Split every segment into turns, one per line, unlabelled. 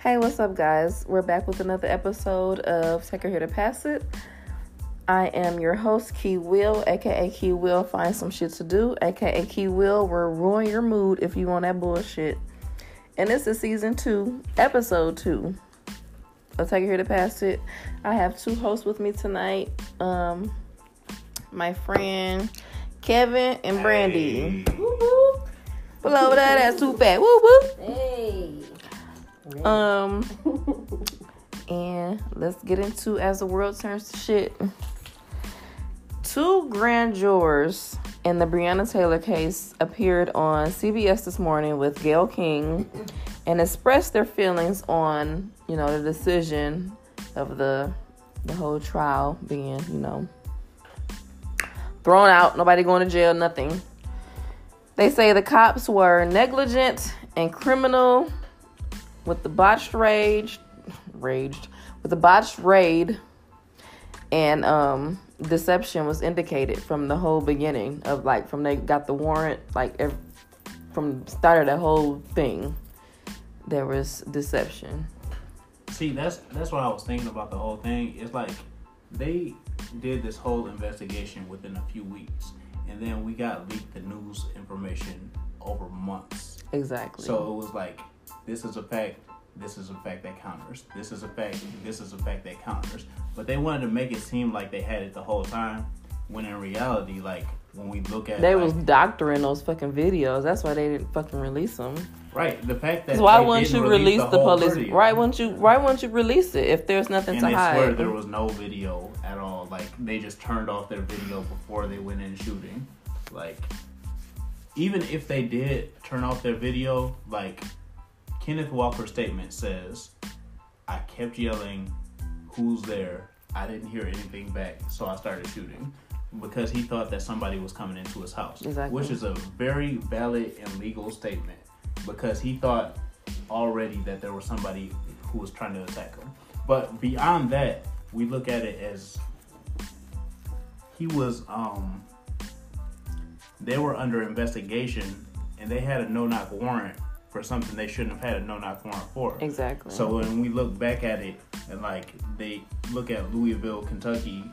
Hey, what's up, guys? We're back with another episode of Take Her Here to Pass It. I am your host, Key Will, aka Key Will Find Some Shit to Do, aka Key Will. We're ruin your mood if you want that bullshit. And this is season two, episode two. I'll take it here to pass it. I have two hosts with me tonight. Um, my friend Kevin and Brandy.
Woo-hoo.
Below that, that's too fat. Woo woo.
Hey.
Um, and let's get into as the world turns to shit. Two grand jurors in the Breonna Taylor case appeared on CBS this morning with Gail King and expressed their feelings on, you know, the decision of the the whole trial being, you know, thrown out, nobody going to jail, nothing. They say the cops were negligent and criminal with the botched rage, raged with the botched raid, and um, deception was indicated from the whole beginning of like from they got the warrant, like ev- from the start of the whole thing, there was deception.
See, that's that's what I was thinking about the whole thing. It's like they did this whole investigation within a few weeks, and then we got leaked the news information over months.
Exactly.
So it was like, this is a fact, this is a fact that counters, this is a fact, this is a fact that counters. But they wanted to make it seem like they had it the whole time, when in reality, like when we look at
they
like-
was doctoring those fucking videos. That's why they didn't fucking release them.
right the fact that
'Cause why
they
wouldn't you
didn't
release the,
whole
police?
video.
Why wouldn't you? Why wouldn't you release it if there's nothing
And
to
they
hide?
swear there was no video at all. Like they just turned off their video before they went in shooting. Like even if they did turn off their video, like Kenneth Walker's statement says, I kept yelling, Who's there? I didn't hear anything back, so I started shooting. Because he thought that somebody was coming into his house.
Exactly.
Which is a very valid and legal statement. Because he thought already that there was somebody who was trying to attack him. But beyond that, we look at it as he was um they were under investigation and they had a no knock warrant for something they shouldn't have had a no knock warrant for.
exactly.
So when we look back at it and like they look at Louisville, Kentucky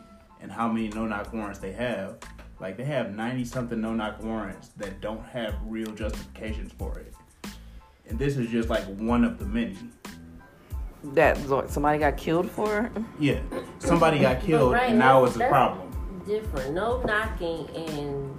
and how many no knock warrants they have, like they have 90 something no knock warrants that don't have real justifications for it. And this is just like one of the many.
that like, somebody got killed for.
Yeah. Somebody got killed
right,
and now
that's-
it's a
that's-
problem.
Different. No knocking and,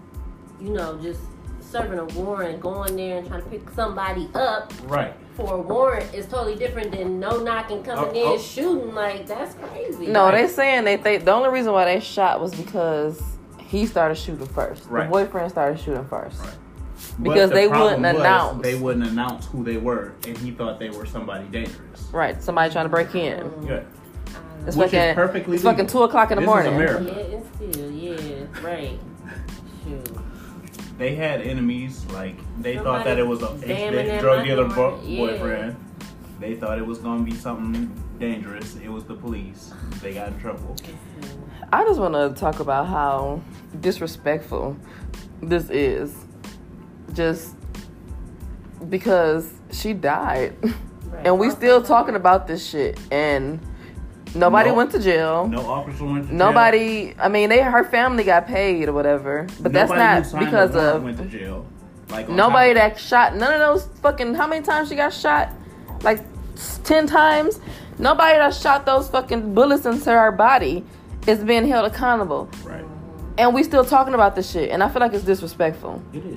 you know, just serving a warrant, going there and trying to pick somebody up
Right.
for a warrant is totally different than no knocking, coming
Oh, oh.
in, shooting. Like, that's crazy.
No, they saying they think the only reason why they shot was because he started shooting first. The
Right.
boyfriend started shooting first.
Right.
Because
But the
they
problem
wouldn't
was
announce.
They wouldn't announce who they were, and he thought they were somebody dangerous.
Right. Somebody trying to break in.
Mm,
Yeah,
It's
Which
fucking
is perfectly
It's fucking
legal.
two o'clock in the
This is
morning.
America.
uh, yeah, it's still, yeah, right. Shoot.
they had enemies. Like they
Somebody
thought that it was a
jamming
ex
in my
drug dealer
door.
bo-
Yeah.
boyfriend. They thought it was gonna be something dangerous. It was the police. They got in trouble.
I just want to talk about how disrespectful this is. Just because she died,
Right.
and we still talking about this shit, and nobody
No.
went to jail.
No officer went to jail.
Nobody. I mean, they her family got paid or whatever, but
Nobody who
that's not
signed the
because
warrant
of
went to jail. Like on
nobody
top-
that shot. None of those fucking. How many times she got shot? Like s- ten times. Nobody that shot those fucking bullets into her body is being held accountable,
right.
and we still talking about this shit. And I feel like it's disrespectful.
It is.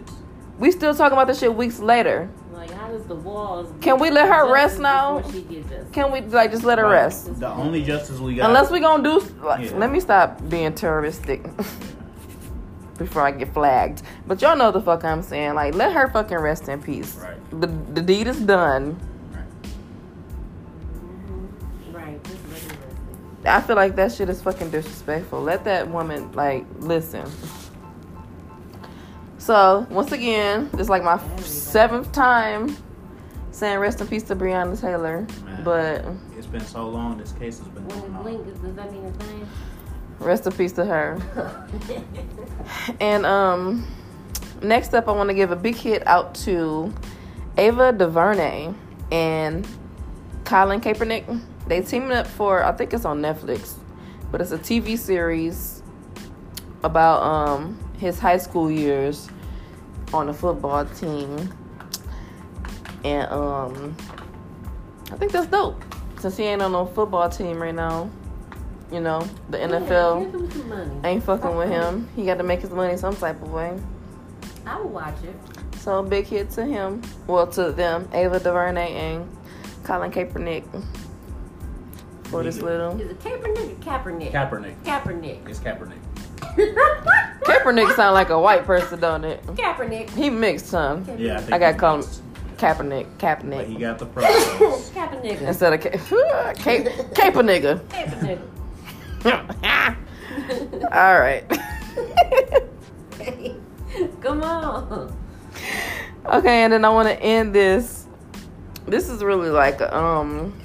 We still talking about this shit weeks later.
Like, how does the walls.
Can we let her
justice
rest now?
before She get justice?
Can we like just let her rest?
The only justice we got.
Unless we gonna do, like,
Yeah.
let me stop being terroristic before I get flagged. But y'all know the fuck I'm saying. Like, let her fucking rest in peace.
Right.
The the deed is done.
Right.
Mm-hmm. Right, just let her rest.
I feel like that shit is fucking disrespectful. Let that woman like listen. So once again, this is like my seventh time saying rest in peace to Breonna Taylor,
Man.
but
It's been so long. This case has been
When
going
it
on.
blink, does that mean a thing?
rest in peace to her. And um, next up, I want to give a big hit out to Ava DuVernay and Colin Kaepernick. They teaming up for I think it's on Netflix, but it's a TV series about um his high school years on the football team, and um I think that's dope since he ain't on no football team right now. You know the
Yeah,
NFL
give him some money.
ain't fucking with him. He got to make his money some type of way.
I would watch it.
So big hit to him. Well, to them, Ava DuVernay and Colin Kaepernick for this little.
Is it Kaepernick or Kaepernick?
Kaepernick.
Kaepernick.
It's Kaepernick.
Kaepernick sound like a white person, don't it?
Kaepernick.
He mixed, huh?
Kaepernick.
Yeah, I, think
I gotta
he
call him
mixed.
Kaepernick,
But he
Kaepernick.
got the process.
Kaepernick.
Instead of Ka- Cape, Cape a nigga.
Kaepernick.
All right.
Come on.
okay, and then I want to end this. This is really like a, um,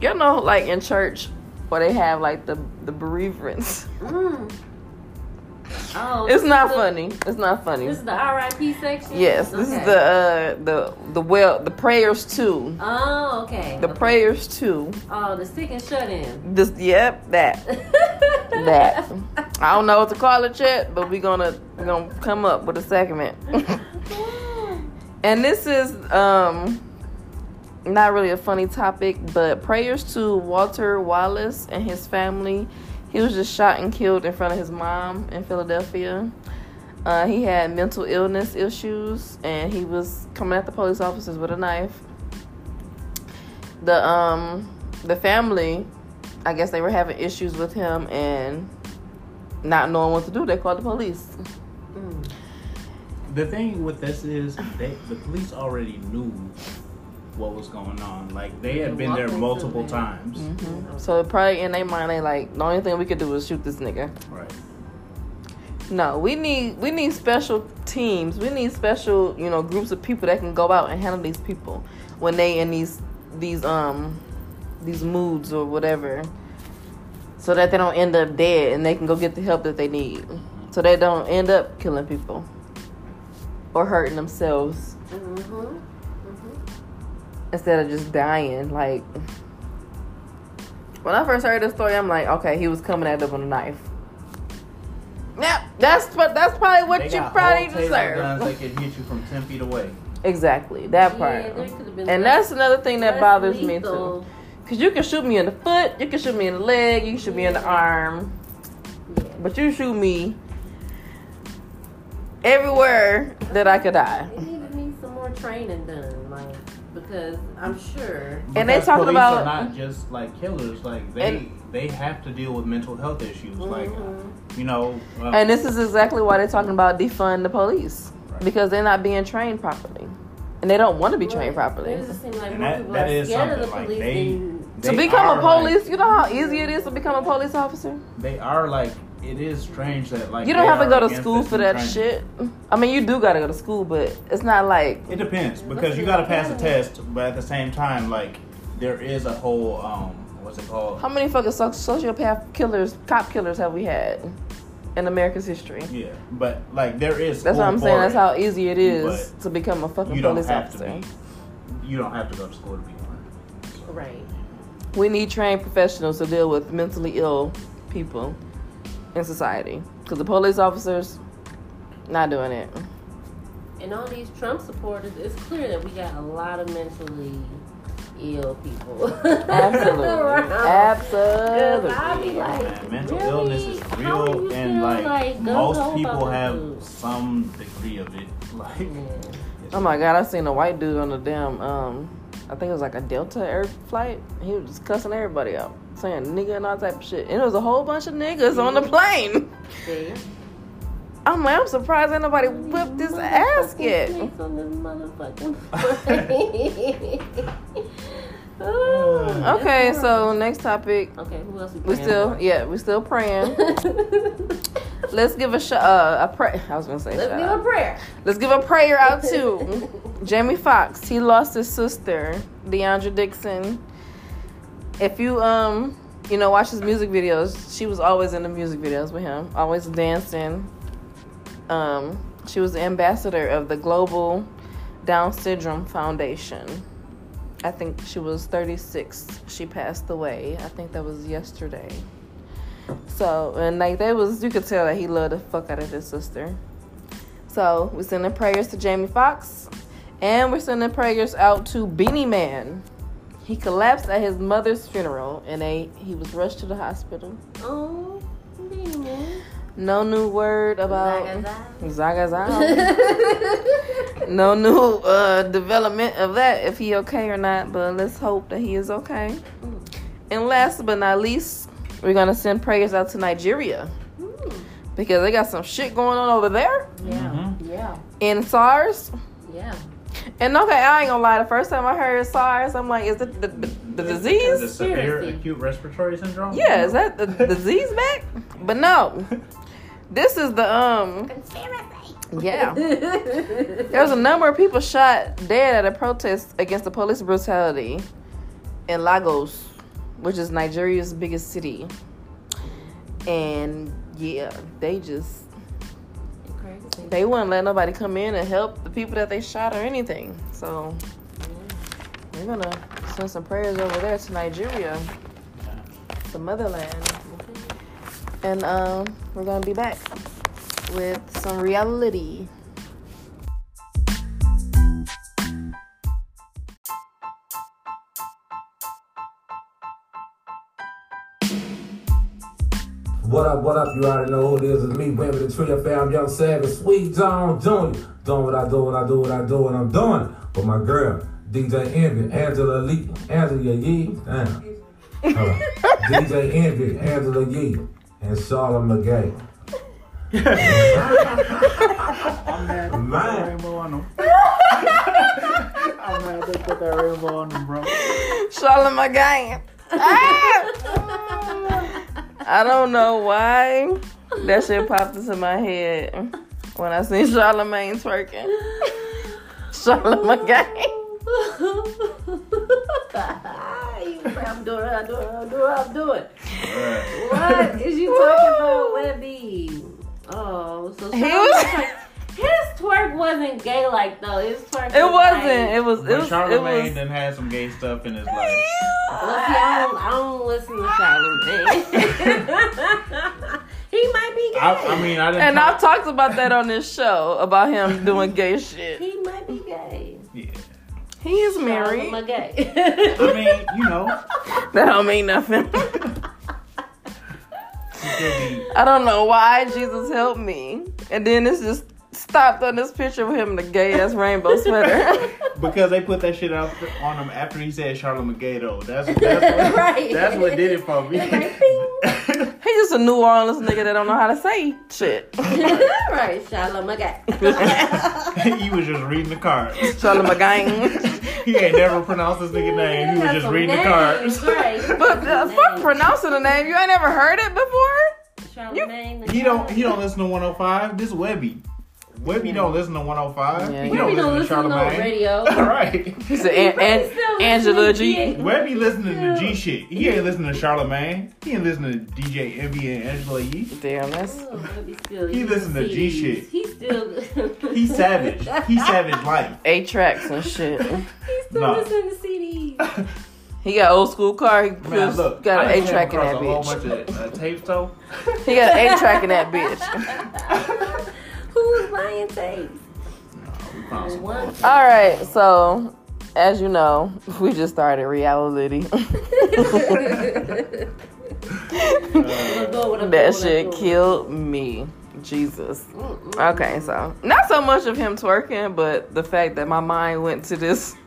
you know, like in church where they have like the the bereavements.
Mm. Oh, this
It's
is
not
the-
funny. It's not funny.
This is the RIP section.
Yes, this is
Okay.
the uh, the the well the prayers too.
Oh, okay.
The
okay.
prayers too.
Oh, the sick and shut in.
This yep that that. I don't know what to call it yet, but we're gonna we're gonna come up with a segment.
Mm-hmm.
and this is um not really a funny topic, but prayers to Walter Wallace and his family. He was just shot and killed in front of his mom in Philadelphia. Uh, he had mental illness issues, and he was coming at the police officers with a knife. The um the family, I guess they were having issues with him and not knowing what to do. They called the police.
Mm.
The thing with this is, they, the police already knew what was going on. Like they had been there multiple times.
Mm-hmm.
So probably in their mind, they like the only thing we could do is shoot this nigga.
Right.
No, we need we need special teams. We need special, you know, groups of people that can go out and handle these people when they in these these um these moods or whatever. So that they don't end up dead and they can go get the help that they need. So they don't end up killing people or hurting themselves
Mm-hmm.
instead of just dying. Like when I first heard this story, I'm like, okay, he was coming at them with a knife. Yep, that's what that's probably what
They
you
got
probably
whole taser
deserve.
Guns that can hit you from ten feet away.
Exactly, that
Yeah, there
part.
could've been
And
less-
that's another thing that
less
bothers me too.
lethal.
Cause you can shoot me in the foot, you can shoot me in the leg, you can shoot me in the
Yeah.
arm,
Yeah.
but you shoot me everywhere that I could die.
It needed me some more training done, like because I'm sure.
And they
Because
talking
police
about-
are not just like killers. Like they
And-
they have to deal with mental health issues.
Mhm.
Like you know. Uh,
And this is exactly why they're talking about defund the police
Right.
because they're not being trained properly, and they don't want to be trained
Right.
properly.
It doesn't seem like
And
more
that-
people
that
are
is
scared of the
something, like,
police
they-
than
they
to become
are,
a
like-
police, you know how easy it is to become a police officer.
they are like it is strange that like
You don't
they
have to
are
go to
against
school
this
for
new
that
training.
shit. I mean, you do gotta go to school, but it's not like
It depends because you got to pass a test, but at the same time, like there is a whole um, what's it called?
How many fucking soc- sociopath killers, cop killers have we had in America's history?
Yeah, but like there is.
That's what
school
I'm saying.
for
That's
it.
how easy it is
But
to become a fucking
you don't
police
have
officer.
to be. You don't have to go to school to be one.
right.
We need trained professionals to deal with mentally ill people in society. Because the police officers, not doing it.
And all these Trump supporters, it's clear that we got a lot of mentally ill people.
Absolutely.
around.
Absolutely.
I'll be like,
Man, mental
really?
illness is
How do
real,
you
and
feel,
like, most
gung-ho
people
about
have
this?
some degree of it. Like,
Yeah.
Oh my god, I seen a white dude on the damn, um, I think it was like a Delta Air flight. He was just cussing everybody out, saying nigga and all type of shit. And it was a whole bunch of niggas on the plane.
See?
I'm like, I'm surprised ain't nobody whipped his ass yet.
Snakes on this motherfucking plane.
Okay, so next topic.
Okay, who else
We still, yeah, we still praying.
Let's
Let's give a sh- uh, a pray. I was gonna say,
give
shout
a
out.
prayer.
let's give a prayer out to Jamie Foxx. He lost his sister, DeAndre Dixon. If you um, you know, watch his music videos, she was always in the music videos with him, always dancing. Um, she was the ambassador of the Global Down Syndrome Foundation. I think she was 36. She passed away. I think that was yesterday. So and like they was, you could tell that he loved the fuck out of his sister. So we're sending prayers to Jamie Foxx, and we're sending prayers out to Beanie Man. He collapsed at his mother's funeral, and they he was rushed to the hospital.
Oh, man.
No new word about Zaga
Zaga
Zaga.
Zaga.
no new uh, development of that if he okay or not but let's hope that he is okay and last but not least we're gonna send prayers out to nigeria
Mm.
because they got some shit going on over there
Yeah,
Mhm.
yeah,
in sars
yeah.
and okay i ain't gonna lie the first time i heard sars i'm like is it the, the, the
The
disease
severe
Conspiracy.
acute respiratory syndrome?
yeah is that the disease back but no this is the um
Conspiracy.
yeah There was a number of people shot dead at a protest against the police brutality in Lagos, which is Nigeria's biggest city. And yeah, they just
Crazy.
they wouldn't let nobody come in and help the people that they shot or anything. So we're gonna send some prayers over there to Nigeria, the motherland, and um, we're gonna be back with some reality.
What up, what up? You already know who it is. It's me, Baby the Tree of Fam, Young Savage, Sweet John Jr. Doing what I do, what I do, what I do, what I'm doing. With my girl, DJ Envy, Angela Lee, Angela Yee. Damn. Hold on. DJ Envy, Angela Yee, and Charlotte McGay.
I'm mad they put that
Man.
rainbow on them. I'm mad they put that rainbow on them, bro.
Charlotte my game. Ah! I don't know why that shit popped into my head when I seen Charlemagne twerking.
Oh
Charlotte my game.
You say I'm doing it, I'm doing it, I'm doing it, I'm doing it.
Bruh.
What is you talking about, Webby? Oh, so
He
Sean
was-
twerk- his twerk wasn't gay like though. His twerk
It
was
wasn't.
Like,
It was. It
But
was.
Charlemagne
It was.
done had some gay stuff in his life.
Look, see, I don't, I don't listen to Charlamagne. he might be gay.
I, I mean, I didn't.
And I've talked about that on this show about him doing gay shit.
he might be gay.
yeah.
He is
i
married.
gay.
I mean, you know,
That don't mean nothing.
he could be.
I don't know why Jesus helped me. And then it's just stopped on this picture of him in a gay ass rainbow sweater.
Because they put that shit out on him after he said Charlamagne Gay though. That's, that's what
Right.
that's what did it for me.
It's like, ping.
He just a New Orleans nigga that don't know how to say shit.
right, Charlamagne gay.
he was just reading the cards.
Charlie McGain.
He ain't never pronounced his nigga name. He was just reading the cards.
Right.
But uh, fuck pronouncing the name. You ain't never heard it before?
Charlamagne.
He don't he don't listen to 105. This Webby. Webby don't listen to 105.
Yeah.
he
Webby
don't
We
listen to
don't listen to no
Charlamagne.
radio.
right.
He said An-
probably
An-
still
Angela
listening to
G.
G8.
Webby listening to
Yeah.
G shit. He ain't listening to Charlamagne. He ain't listening to DJ Envy and Angela Yee.
Damn, that's.
Oh, but he still
He
uses
listen to G
C's.
shit.
He still.
He's savage. He's savage life.
Eight tracks and shit.
He's still
Nah.
listening to CDs.
He got old school car. He
Man,
just
look,
got
I
an
done
eight
came
track in
across
that
a whole
bitch.
bunch of, uh, tapes though.
He got an eight track in that bitch.
Who's buying tapes?
We found some-
One.
All right, so as you know, we just started reality. that shit killed me. Jesus. Okay, so not so much of him twerking, but the fact that my mind went to this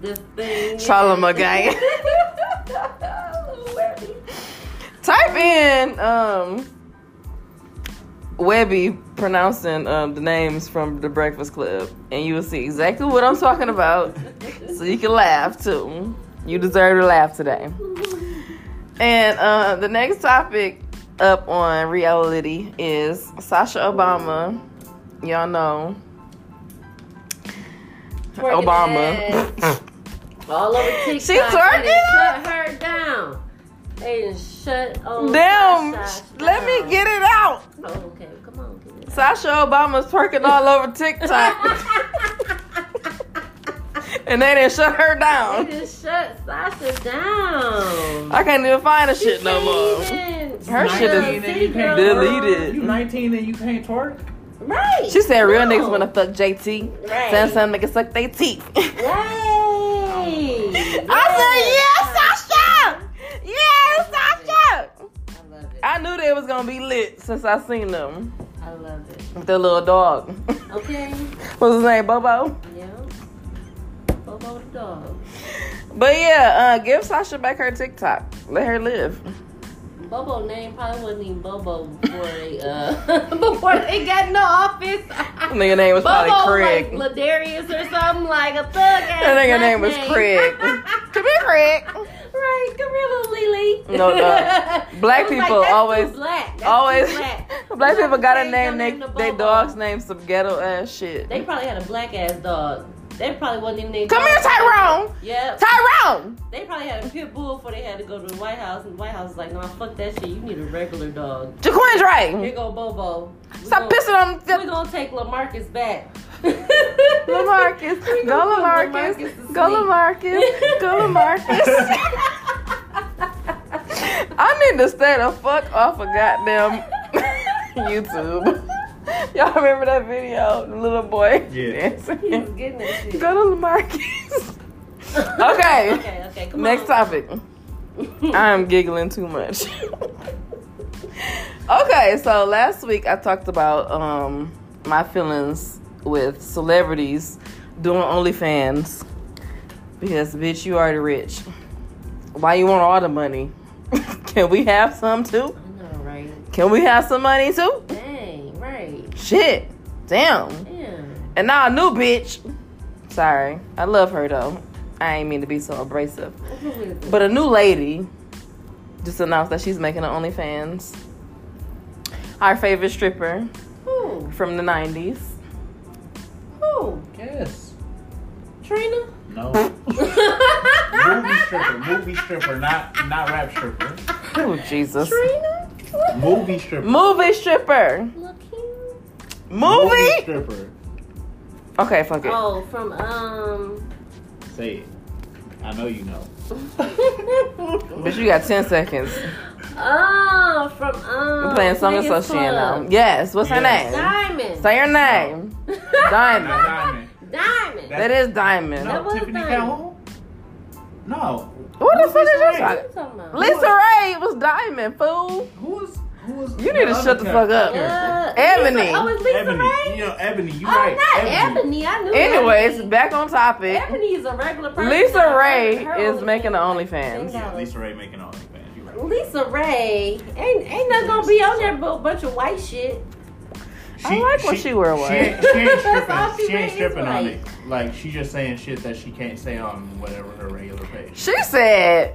This thing.
Charlamagne guy. Type in um Webby pronouncing um, the names from The Breakfast Club, and you will see exactly what I'm talking about. so you can laugh too. You deserve to laugh today. And uh, the next topic up on reality is Sasha Obama. Y'all know
Twerking
Obama.
All over TikTok.
She
They
twerking?
done Shut her down. They done shut old
Damn,
Oh, Sasha
let me
down.
get it out.
Oh, okay, come on. Get it.
Sasha Obama's twerking all over TikTok. and they didn't shut her down.
They just shut Sasha down.
I can't even find the shit no more. Her
Her
shit is deleted.
You 19 and you can't twerk?
Right.
She said real
No.
niggas wanna fuck JT.
Right.
Saying some niggas suck they teeth.
Right.
I said, yeah, Sasha! Yeah, Sasha!
I love it.
I knew they was gonna be lit since I seen them.
I love it.
With their little dog.
Okay.
What's his name? Bobo?
Yeah. Bobo the dog.
But yeah, uh, give Sasha back her TikTok. Let her live.
Bobo name probably wasn't even Bobo before they uh before they got in the office.
Nigga name was probably
Bobo
Craig.
like Ladarius or something like a thug. That
nigga name was Craig. Come here, Craig.
right, come here, little Lily.
No, no. Black
I was
people
"That's too
always-
black. That's too
Always,
black.
black people got a name.
Black
They,
named them
they
Bobo.
dogs name some ghetto ass shit.
They probably had a black ass dog. They probably wasn't even named.
Come here, Tyrone.
Yeah,
Tyrone.
they probably had a pit bull before they had to go to the White House, and the White House was like, "No, fuck that shit. You need a regular dog."
Jaquindre.
Here go Bobo. We
Stop
gon-
pissing on
We
the
gonna take Lamarcus back.
Lamarcus.
We
Go
gonna put
Lamarcus.
to
Go Lamarcus.
sleep.
Go Lamarcus. I need to stay the fuck off of goddamn YouTube. Y'all remember that video? The little boy
Yeah.
He was
dancing.
getting that shit.
Go to Lamarcus. Okay.
okay. Okay. Come
Next Uh,
on.
topic. I'm giggling too much. okay, so last week I talked about um my feelings with celebrities doing OnlyFans because bitch, you already rich. Why you want all the money? Can we have some too?
I know, right?
Can we have some money too?
Dang, right?
Shit, damn.
Damn.
And now a new bitch. Sorry, I love her though. I ain't mean to be so abrasive.
What's up with it?
But a new lady just announced that she's making an OnlyFans. Our favorite stripper
Who?
from the 90s.
Who?
Yes.
Trina?
No. movie stripper. Movie stripper. Not not rap stripper.
Oh, Jesus.
Trina?
Movie stripper.
Movie stripper.
Look here.
Movie?
stripper.
Okay, fuck it.
Oh, from um.
Say it. I know you know.
Bitch, you got 10 seconds.
oh, from um.
We're playing Song
Vegas
Association
Club.
now. Yes, what's her
Yes.
name?
Diamond.
Say her name.
Not
Diamond.
Diamond.
Diamond.
That is Diamond.
That
No,
was
Tiffany
Diamond.
Calhoun? No.
What the fuck is you
What
talking
you talking about?
Lisa Ray was Diamond, fool.
Who was who was
You need to shut the fuck up.
Uh,
Ebony.
Lisa, oh, it's Lisa
Ebony.
Ray?
You know, Ebony, you
Oh,
right.
not Ebony. I knew
Anyways,
Ebony.
back on topic.
Ebony is a regular person.
Lisa
Her-
Ray
her
is
OnlyFans.
making an OnlyFans.
Yeah, Lisa Ray making all these bands. You right.
Lisa Ray ain't ain't nothing gonna be on there but a bunch of white shit.
I like when she wear white.
She ain't, she ain't
That's all she
stripping. she ain't
makes,
stripping on
right.
it. Like she just saying shit that she can't say on whatever her regular page.
She said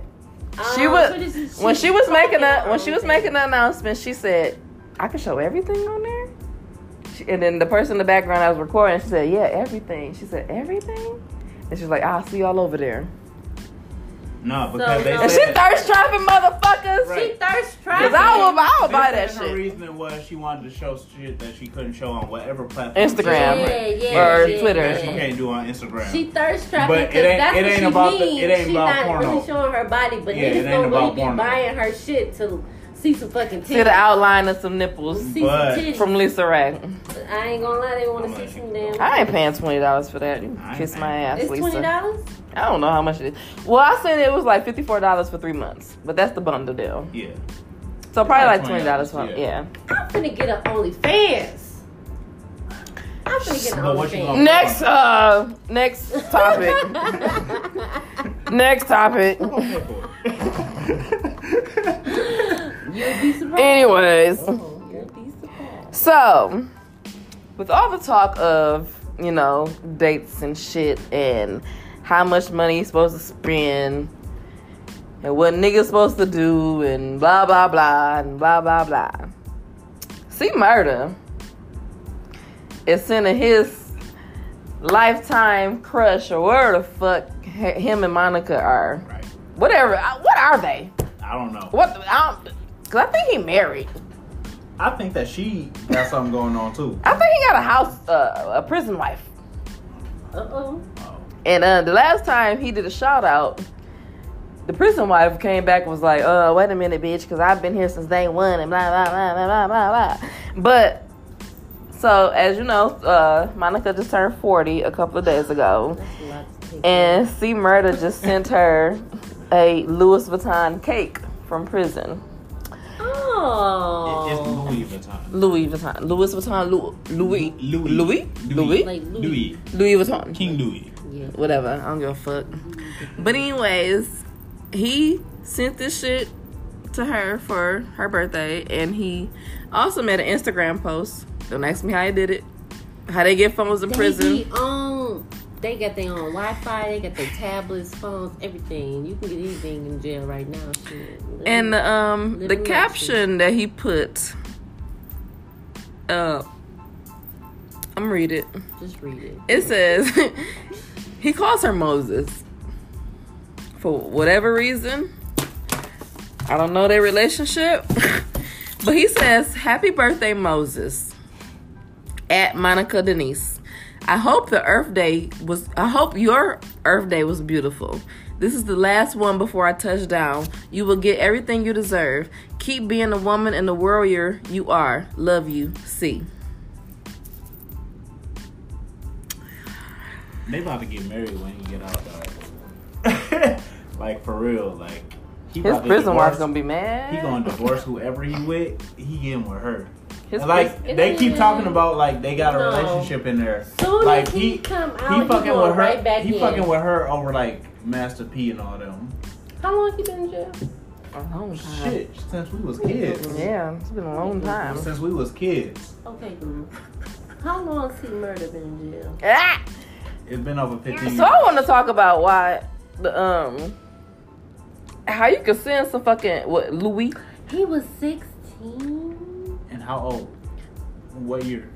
She
Um,
was-
so this is-
when she was
she's
making
fucking
a when she was
OnlyFans.
making the announcement, she said, "I can show everything on there." She, and then the person in the background I was recording, she said, "Yeah, everything." She said, "Everything," and she's like, "I'll see y'all over there."
No, because
So,
they
no.
And
said
she thirst trapping motherfuckers.
she thirst
Cause I
trapping.
would, I would
they
buy
said
that
Her
shit.
reasoning was she wanted to show shit that she couldn't show on whatever platform.
Instagram
she was
Yeah,
on.
yeah,
or
yeah,
Twitter.
That she can't do on Instagram.
She thirst trapping
But it
because
ain't-
that's
it
what
ain't
she
about the-
means.
it ain't
She
about
not
porno.
really showing her body, but
Yeah, it
niggas
ain't
gonna
about
really be
porno.
buying her shit to see some fucking titties.
See the outline of some nipples
See
But-
some titties.
from Lisa Ray.
I ain't gonna lie, they
I'm
wanna see
like,
some damn.
I ain't paying twenty dollars for that. You
I ain't
Kiss my
paying.
ass,
It's
Lisa.
twenty dollars.
I don't know how much it is. Well, I said it was like fifty four dollars for three months, but that's the bundle deal.
yeah.
So probably
like
like twenty dollars for
$20,
yeah.
I'm finna get an OnlyFans. I'm finna get an
But what you
OnlyFans.
gonna-
Next uh next topic. next topic.
You'll be surprised.
Anyways,
Oh, you'll be surprised.
so with all the talk of, you know, dates and shit and how much money you're supposed to spend and what niggas supposed to do and blah blah blah and blah blah blah. See murder is sending his lifetime crush or where the fuck h- him and Monica are.
right.
Whatever. I- What are they?
I don't know.
What? I don't, Cause I think he married.
I think that she got something going on too.
I think he got a house, uh, a prison wife.
Uh oh.
Oh.
And uh, the last time he did a shout out, the prison wife came back and was like, "Uh, wait a minute, bitch, because I've been here since day one and blah blah blah blah blah blah blah." But so as you know, uh, Monica just turned forty a couple of days ago,
That's a lot to take
and C Murder just sent her a Louis Vuitton cake from prison.
in. Oh.
It- It's Louis Vuitton.
Louis Vuitton, Louis Vuitton, Lu- Louis,
Louis.
Louis, Louis,
Like Louis.
Louis.
Louis Vuitton.
King Louis.
Yeah.
whatever. I don't give a fuck. But anyways, he sent this shit to her for her birthday, and he also made an Instagram post. Don't ask me how he did it. How they get phones in
They
prison?
be on. They got their own Wi-Fi. They got their tablets, phones, everything. You can get anything in jail right now. Shit.
And um, the
Little
caption that he put. Uh, I'm read it.
just read it.
It says he calls her Moses for whatever reason. I don't know their relationship, but he says, "Happy birthday, Moses." At Monica Denise, I hope the Earth Day was. I hope your Earth Day was beautiful. This is the last one before I touch down. You will get everything you deserve. Keep being the woman and the warrior you are. Love you. C.
They about to get married when he get out. Though. like for real. Like he
His
about to
prison wife's
divorce-
gonna be mad.
He gonna divorce whoever he with. He in with her.
His
And, like
pres-
they keep talking about like they got a
Mm. No.
relationship in there.
Soon
like
as he come out, he going
with her.
right back
he
in.
fucking with her over like Master P and all them.
How long you been in jail?
a long time.
Shit, since we was kids.
Yeah, it's been a long time.
Since we was kids,
Okay. Google. How long has he murder been in jail?
Ah!
it's been over fifteen.
So I want to talk about why the um how you can send some fucking what Louis
He was sixteen.
And how old? What year?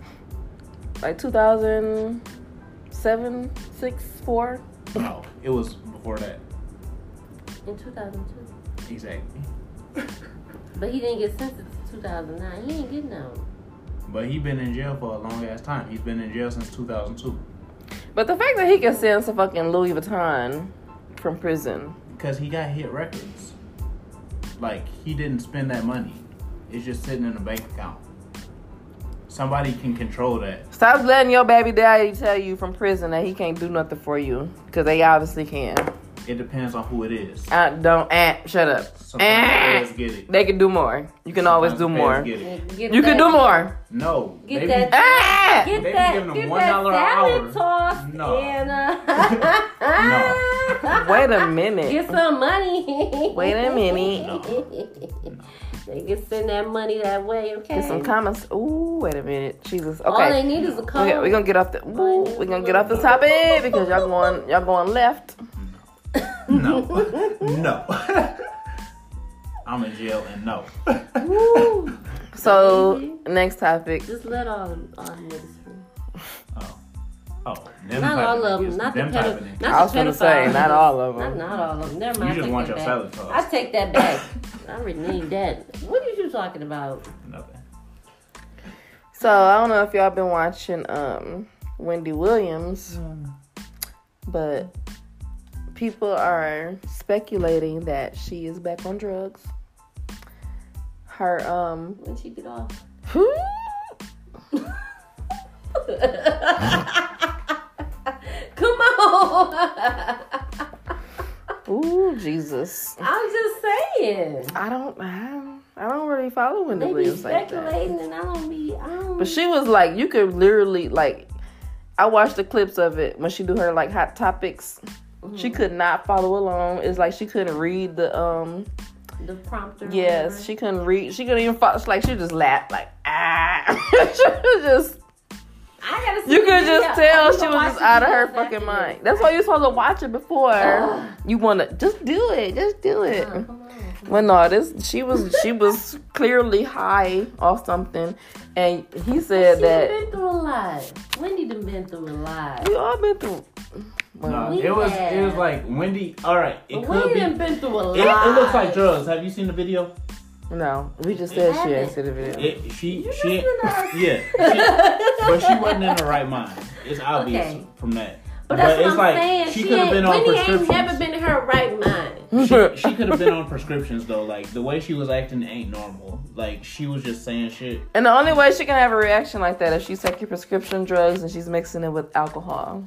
like 2007 six four.
No, it was before that.
In 2002.
Exactly.
But he didn't get sentenced to 2009. He ain't getting out.
But he been in jail for a long ass time. He's been in jail since 2002
But the fact that he can send some fucking Louis Vuitton from prison,
because he got hit records. Like he didn't spend that money. It's just sitting in a bank account. Somebody can control that.
stop letting your baby daddy tell you from prison that he can't do nothing for you because they obviously can.
It depends on who it is.
I don't. Ah, shut up. Ah.
Sometimes the feds get it.
They can do more. You can always do
Sometimes the
more.
feds get it.
You can do more.
No,
Get
they
that-
Be,
Ah!
Get
They be
that,
giving him
get
$1
that
an
salad
hour.
toss
No.
and
No.
uh,
Wait a minute.
Get some money.
Wait a minute.
They can send that money that way, okay?
Get some comments. Ooh, wait a minute, Jesus. Okay,
All they need is a call.
okay we're gonna get off the. Ooh, we're gonna get off the topic because y'all going, y'all going left.
no, no. I'm in jail and no.
Woo.
So
Mm-hmm.
next topic.
Just let all them, all them niggas free.
Oh, oh. them
Not
type
all of them.
niggas,
Not the
them type of
pedo-
niggas.
I
not
was
the
gonna say
pedophiles.
not all of
Not,
them.
not all of them. Never mind.
You just
I
want
take
your
that
salad
back.
tossed.
I take that back. I really need that. What are you talking about?
Nothing.
So I don't know if y'all been watching um Wendy Williams, but people are speculating that she is back on drugs. Her um.
When she get off? Come on.
Ooh, Jesus.
I'm just saying.
I don't. I, I don't really follow Wendy
They be
Williams like that.
speculating, and I don't be. I don't.
But she was like, you could literally like, I watched the clips of it when she do her like hot topics. She could not follow along. It's like she couldn't read the um.
the prompter. or
Yes,
whatever.
she couldn't read. She couldn't even follow. She, like she just laughed like ah. she was just.
I gotta see
You
the
could
video.
just tell
I'm
she
gonna
was
watch
just
the
out of her
video
fucking
after
mind.
this.
That's why you're supposed to watch it before you wanna just do it. Just do it.
Uh, come on.
Well, no, this she was she was clearly high off something, and he said
She done
that
been through a lot. Wendy done been through a lot.
we all been through.
No,
We
it was
had-
it was like Wendy. All right, it
But
could
Wendy
be.
done been through a lot.
It, it looks like drugs. Have you seen the video?
No, we just said she
Haven't.
ain't seen the video.
It, she
You
she
listening to us?
yeah, she, but she wasn't in her right mind. It's obvious
Okay.
from that.
But that's
But
what
it's
I'm
like,
saying.
she
She,
could've
ain't,
been on
Whitney ain't
prescriptions.
never been in her right mind.
she, she could have been on prescriptions though. Like the way she was acting ain't normal. Like she was just saying shit.
And the only way she can have a reaction like that is she's taking prescription drugs and she's mixing it with alcohol.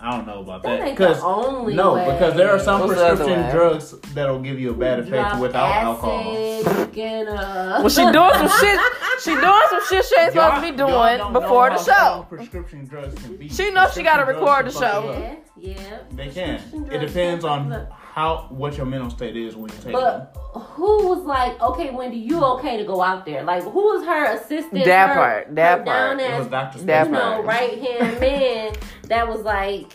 I don't know about
That
that
ain't the
because
only
no,
way.
because there are some
What's the other
prescription
way?
drugs that'll give you a bad effect
Drop
without
acid,
alcohol.
you can, uh,
Well, she doing some shit. She doing some shit she ain't supposed to be
Y'all- y'all
doing
don't
before
know
the
how strong
show.
Prescription drugs can be.
She knows she gotta
Prescription
record
drugs
the
can fuck
show.
you up.
Yeah, yeah.
They can.
Prescription
It
drugs
depends
can
on
fuck up.
how what your mental state is when you take
But who was like, okay, Wendy, you okay to go out there? Like, who was her assistant?
That
her,
part, that
her
part.
Down
them. It was
ass,
Dr.
that
you
Seuss.
know,
part.
right hand man that was like,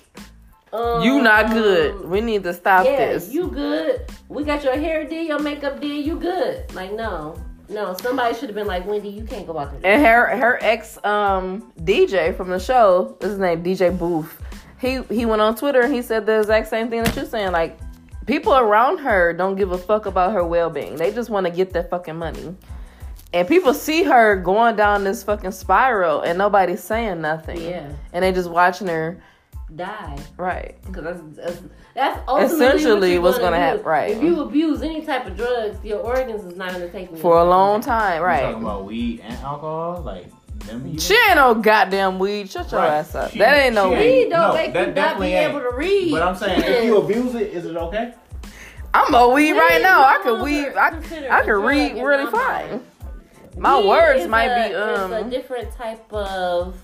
um,
You not good. We need to stop
yeah,
this.
you good. We got your hair did, your makeup did. You good? Like, no, no. Somebody should have been like, Wendy, you can't go out there.
And her her ex um DJ from the show, what's his name? DJ Booth. He he went on Twitter and he said the exact same thing that you're saying. Like people around her don't give a fuck about her well being. They just want to get that fucking money. And people see her going down this fucking spiral and nobody's saying nothing.
Yeah,
And they just watching her.
die.
Right.
Because that's, that's, that's ultimately
Essentially
what you
what's
gonna
gonna hap-
do.
right.
If you abuse any type of drugs, your organs is not going to take you
For a long time.
Right.
Right.
talking about weed and alcohol, like them. even-
She ain't no goddamn weed. Shut your
Right.
ass up.
She-
that ain't no
she
weed.
Read don't
No,
make
that
you not be
definitely ain't.
able to read.
But I'm saying, if you abuse it, is it okay?
I'm a weed
Weed
right now. I
no
could
longer
weed. I,
considered
I
a
could
drug
read
in
really
my
fine.
mind.
My
Weed
words
is
might
a-
be
is a
um.
different type of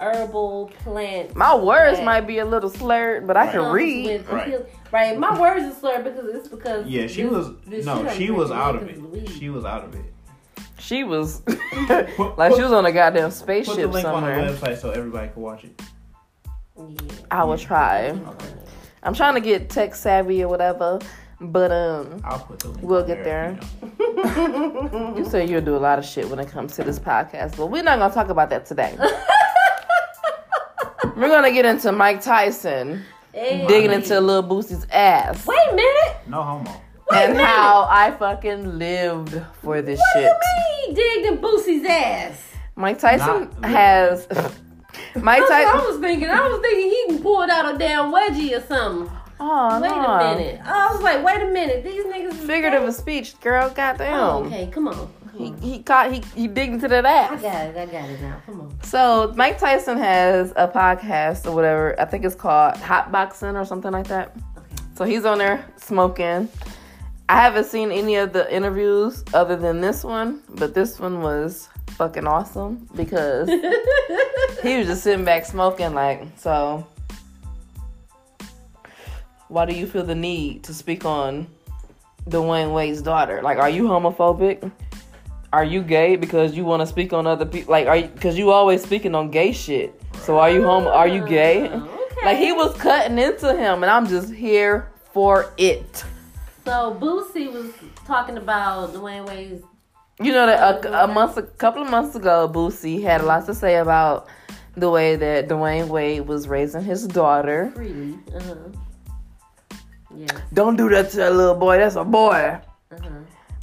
herbal plant.
My words
that
might be a little slurred, but I can
comes
read.
with-
Right.
right. My words are slurred because it's because
Yeah, she
this-
was
this shit
no,
I'm
she was
drinking
out
is
of it.
because weed.
She was out of it.
She was
Put-
like she
put-
was on a goddamn
Put the
spaceship
link on the
somewhere.
website so everybody can watch it.
Yeah.
I will try.
Okay,
I'm trying to get tech savvy or whatever, but um,
I'll put the link.
We'll
on
get
there.
there. you say you'll do a lot of shit when it comes to this podcast, but we're not gonna talk about that today. We're gonna get into Mike Tyson
Hey.
digging into Lil Boosie's ass.
Wait a minute.
No homo.
Wait a
and
minute.
how I fucking lived for this
What do
shit.
you mean? Digged in Boosie's ass.
Mike Tyson
Not
has Mike
That's what I
Tyson.
was thinking. I was thinking he even pulled out a damn wedgie or something.
Oh,
Wait
no.
a minute. I was like, wait a minute. These niggas is
Figurative of speech, girl. Goddamn.
Oh, okay, come on. Come
He
on.
he caught he he digged into that
I
ass.
got it. I got it now. Come on.
So Mike Tyson has a podcast or whatever. I think it's called Hot Boxing or something like that.
Okay.
So he's on there smoking. I haven't seen any of the interviews other than this one, but this one was fucking awesome because he was just sitting back smoking like so why do you feel the need to speak on Dwayne Wade's daughter? Like, are you homophobic? Are you gay because you want to speak on other people? Like, are you because you always speaking on gay shit? So are you home? Are you gay?
Okay.
Like he was cutting into him, and I'm just here for it.
So Boosie was talking about Dwayne Wade's.
You know that a, a month, a couple of months ago, Boosie had a lot to say about the way that Dwayne Wade was raising his daughter.
Freely. Uh huh. Uh-huh. Yes.
Don't do that to that little boy. That's a boy.
Uh huh.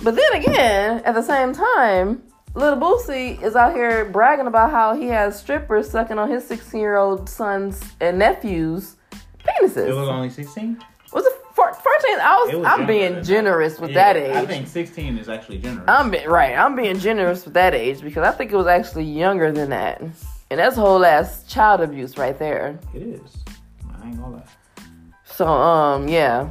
But then again, at the same time, little Boosie is out here bragging about how he has strippers sucking on his 16 year old sons and nephews' penises.
It was only sixteen.
was it four- 14? I was,
It was
I'm
younger
being
than that.
generous with that age.
I think sixteen is actually generous.
I'm be- right. I'm being generous with that age because I think it was actually younger than that, and that's whole ass child abuse right there.
it is. I ain't gonna lie.
So um, yeah,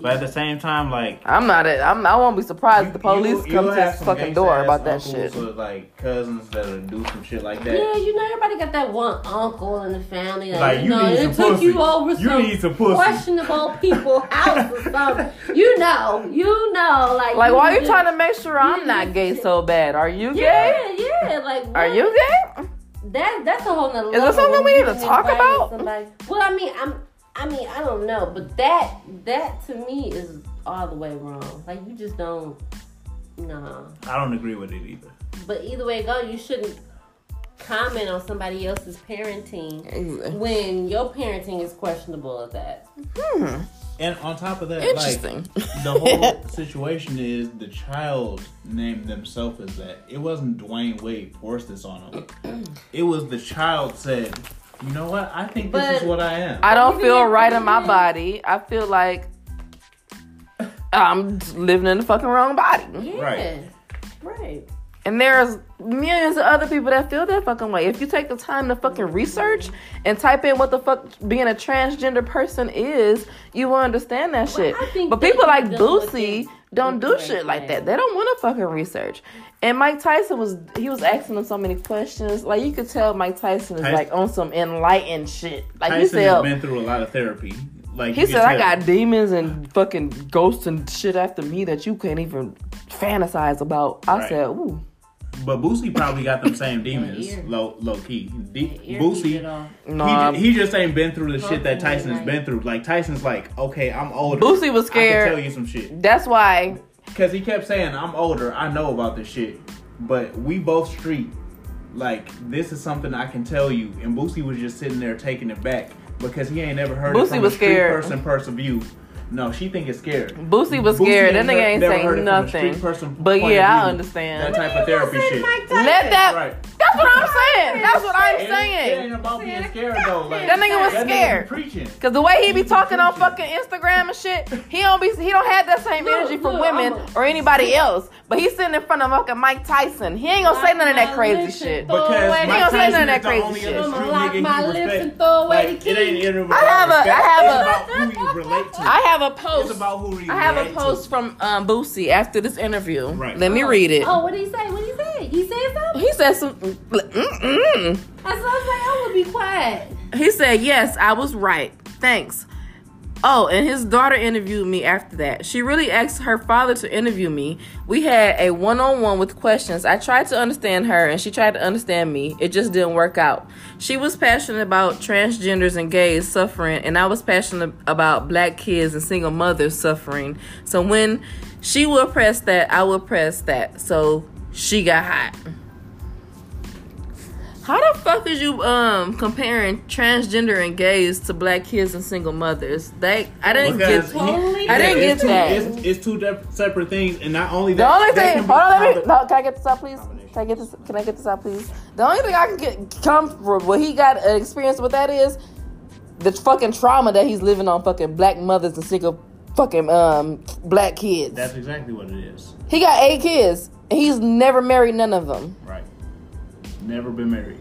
But at the same time, like
I'm not. A, I'm. I won't be surprised if the
you- you-
police come
you'll
to
have
his
some
fucking
gangsta
door
ass
about that
uncles
shit.
Or, like cousins that'll do some shit like that.
Yeah, you know everybody got that one uncle in the family. That,
Like,
you,
you
know,
need some
it took
pussy.
you over
You
some,
need some pussy.
questionable people house or something. You know, you know, like
Like, why are you
just-
trying to make sure I'm
you
not gay
just-
so bad? Are you gay?
Yeah, yeah, like
Are
what?
you gay?
That that's a whole nother.
Is there
level
something
when
we
you
need to
invite
talk about?
Somebody. Well, I mean, I'm. I mean, I don't know, but that that to me is all the way wrong. Like you just don't. Nah.
I don't agree with it either.
But either way it go, you shouldn't comment on somebody else's parenting when your parenting is questionable at that.
Hmm.
And on top of that, like
Interesting.
the whole situation is the child named themselves as that. It wasn't Dwayne Wade forced this on him. It was the child said, You know what? I think
But-
this is what I am.
I don't
Even
feel
if
right
you
in my
did.
body. I feel like I'm living in the fucking wrong body.
Yeah.
Right.
Right.
And there's millions of other people that feel that fucking way. If you take the time to fucking research and type in what the fuck being a transgender person is, you will understand that shit.
I think
But
that
people
you
like
deal with
Boosie
it
don't
the
do
right
shit like
way.
that. They don't want to fucking research. And Mike Tyson was he was asking them so many questions. Like you could tell Mike Tyson is
Tyson-
like on some enlightened shit. Like you
Tyson
said,
has been through a lot of therapy. Like
He
you can
said, "I
tell.
got demons and fucking ghosts and shit after me that you can't even fantasize about." I
Right.
said, "Ooh,
But Boosie probably got them same demons,
ear.
low low key. De-
Ear beat it
Boosie,
off.
no."
he,
I'm-
ju- he just ain't been through the shit that
Hopefully,
Tyson's
like-
been through. Like Tyson's like, okay, I'm older.
Boosie was
I
scared.
can tell you some shit
That's why
because he kept saying, I'm older. I know about this shit, but we both street. Like this is something I can tell you. And Boosie was just sitting there taking it back because he ain't never heard
Boosie
it from
was
a street
scared.
person person view. No, she think it's scared.
Boosie was
Boosie
scared. that
ain't
nigga
heard-
ain't
never
saying
heard it from a street
nothing.
person
But
point of
yeah, I
view.
understand.
That type of therapy
Say
shit.
Mike Tyson.
Let that.
Right.
That's what I'm saying. That's what I'm
It ain't- It
saying.
ain't about being scared though. Like,
That nigga was
that be
scared.
preaching.
Cause the way he be
He be
talking on
preaching.
fucking Instagram and shit, he don't be he don't have that same
Look,
energy from
look,
women
I'ma-
or anybody else. But he's sitting in front of fucking Mike Tyson. He ain't gonna say none of that
Lock my
crazy
lips
shit.
and throw
Because
away-
Mike
Mike
Tyson
Tyson
is
is
that
the
crazy
only
shit.
other
I'ma
street
lock
nigga you
my
can
lips
respect.
and throw away
Like,
the
It ain't
key.
even
I have a- I
respect.
have
It's about who you relate to.
I have a post.
It's about who you
I have a
relate to.
post from um, Boosie after this interview.
Right.
Let me read it.
Oh, what did he say? What did he say? He said something?
He said some. Mm-mm.
I was like, I would be quiet.
He said, "Yes, I was right. Thanks." Oh, and his daughter interviewed me after that. She really asked her father to interview me. We had a one-on-one with questions. I tried to understand her and she tried to understand me. It just didn't work out. She was passionate about transgenders and gays suffering, and I was passionate about black kids and single mothers suffering. So when she will press that, I will press that. So she got hot. How the fuck is you um comparing transgender and gays to black kids and single mothers? They I didn't
Because
get
he-
Totally
I didn't get
it's two-
that.
It's, it's two def- separate things, and not only
the
that.
only
that
thing.
can
Hold
be
on, let me.
combined-
No, can I get this out, please? Can I get this? Can I get this out, please? The only thing I can get come from what he got an experience with that is the fucking trauma that he's living on fucking black mothers and single fucking um black kids.
That's exactly what it is.
he got eight kids. and He's never married none of them.
Right. Never been married.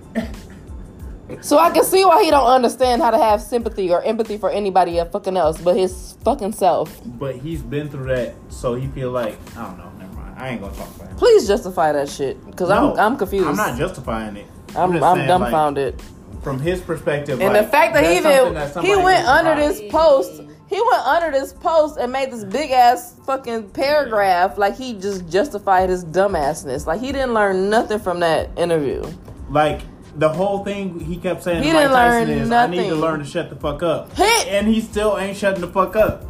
So I can see why he don't understand how to have sympathy or empathy for anybody else fucking else but his fucking self.
But he's been through that, so he feel like I don't know. Never mind. I ain't gonna talk about him.
Please justify that shit, cause
No,
I'm I'm confused.
I'm not justifying it.
I'm,
just
I'm
saying, like,
dumbfounded.
from his perspective,
and
like,
the fact that he
that's something
even
that somebody
he went
can
under
survive.
this post, he went under this post and made this big ass fucking paragraph like he just justified his dumbassness. Like he didn't learn nothing from that intervieiew.
Like the whole thing he kept saying
He
to Mike
didn't
Tyson
learn
is I need to
nothing.
learn to shut the fuck up.
Hit.
And he still ain't shutting the fuck up.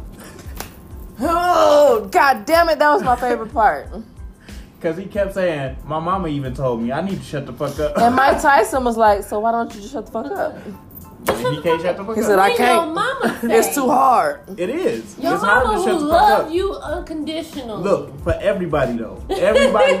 Oh god damn it, that was my favorite part.
Cause he kept saying, My mama even told me I need to shut the fuck up.
And Mike Tyson was like, "So why don't you just shut the fuck up?"
And he can't shut the fuck
He
up.
said, "I
When
can't.
Your mama say,
It's too hard."
it is.
Your
it's hard
mama
to
who
shut the fuck up.
love you unconditionally.
Look, for everybody though. Everybody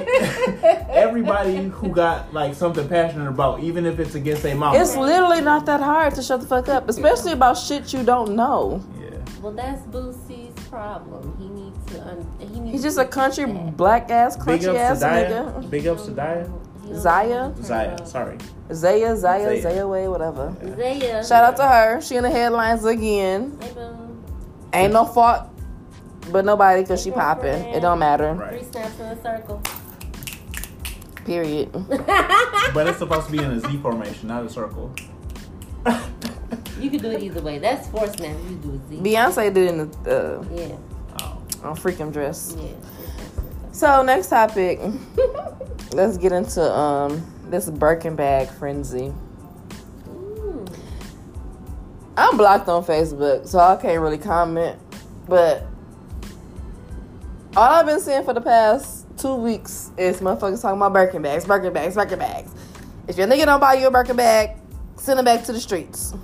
everybody who got like something passionate about, even if it's against their mama.
It's literally not that hard to shut the fuck up, especially about shit you don't know.
yeah.
Well, that's Boosie's problem. He needs to. Un- he needs
He's just a country
Yeah.
black ass,
Big
crunchy ass
ups to
nigga.
Daya. Big ups to Daya.
Zaya?
Zaya, sorry.
Zaya, Zaya,
Zaya.
Zaya Way, whatever.
Zaya.
Shout out to her. She in the headlines again.
Hey, boom.
Ain't no fault, but nobody cause she popping. It don't matter.
Right.
Three snaps in a circle.
Period.
But it's supposed to be in a Z formation, not a circle.
you can do it either way. That's four snaps. You do it Z.
Beyonce did in the
yeah,
Oh.
uh, on freakum dress.
yeah. Four snaps in a circle.
So next topic, let's get into um this Birkin bag frenzy.
Ooh.
I'm blocked on Facebook, so I can't really comment. But all I've been seeing for the past two weeks is motherfuckers talking about Birkin bags, Birkin bags, Birkin bags. If your nigga don't buy you a Birkin bag, send it back to the streets.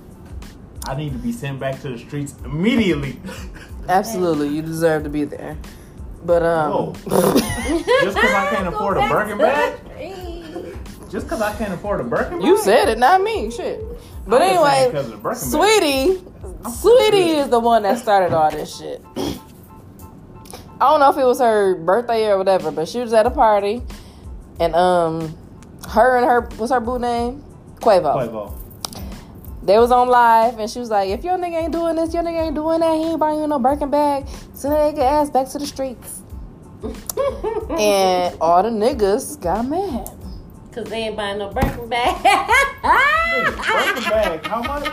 I need to be sent back to the streets immediately.
Absolutely, you deserve to be there. But um,
Just 'cause I can't
Go
afford a
back
Birkin
to
bag?
the streets.
Just because I can't afford a Birkin bag?
you said it, not me. Shit. But
I'm just saying
anyway,
'cause of Breckenridge.
Sweetie, Sweetie is the one that started all this shit. I don't know if it was her birthday or whatever, but she was at a party, and um, her and her what's her boo name? Quavo.
Quavo.
They was on live, and she was like, "If your nigga ain't doing this, your nigga ain't doing that. He ain't buying you no Birkin bag. Send that nigga ass back to the streets." and all the niggas got mad.
Cause they ain't buying no Birkin bag.
Birkin bag, how much?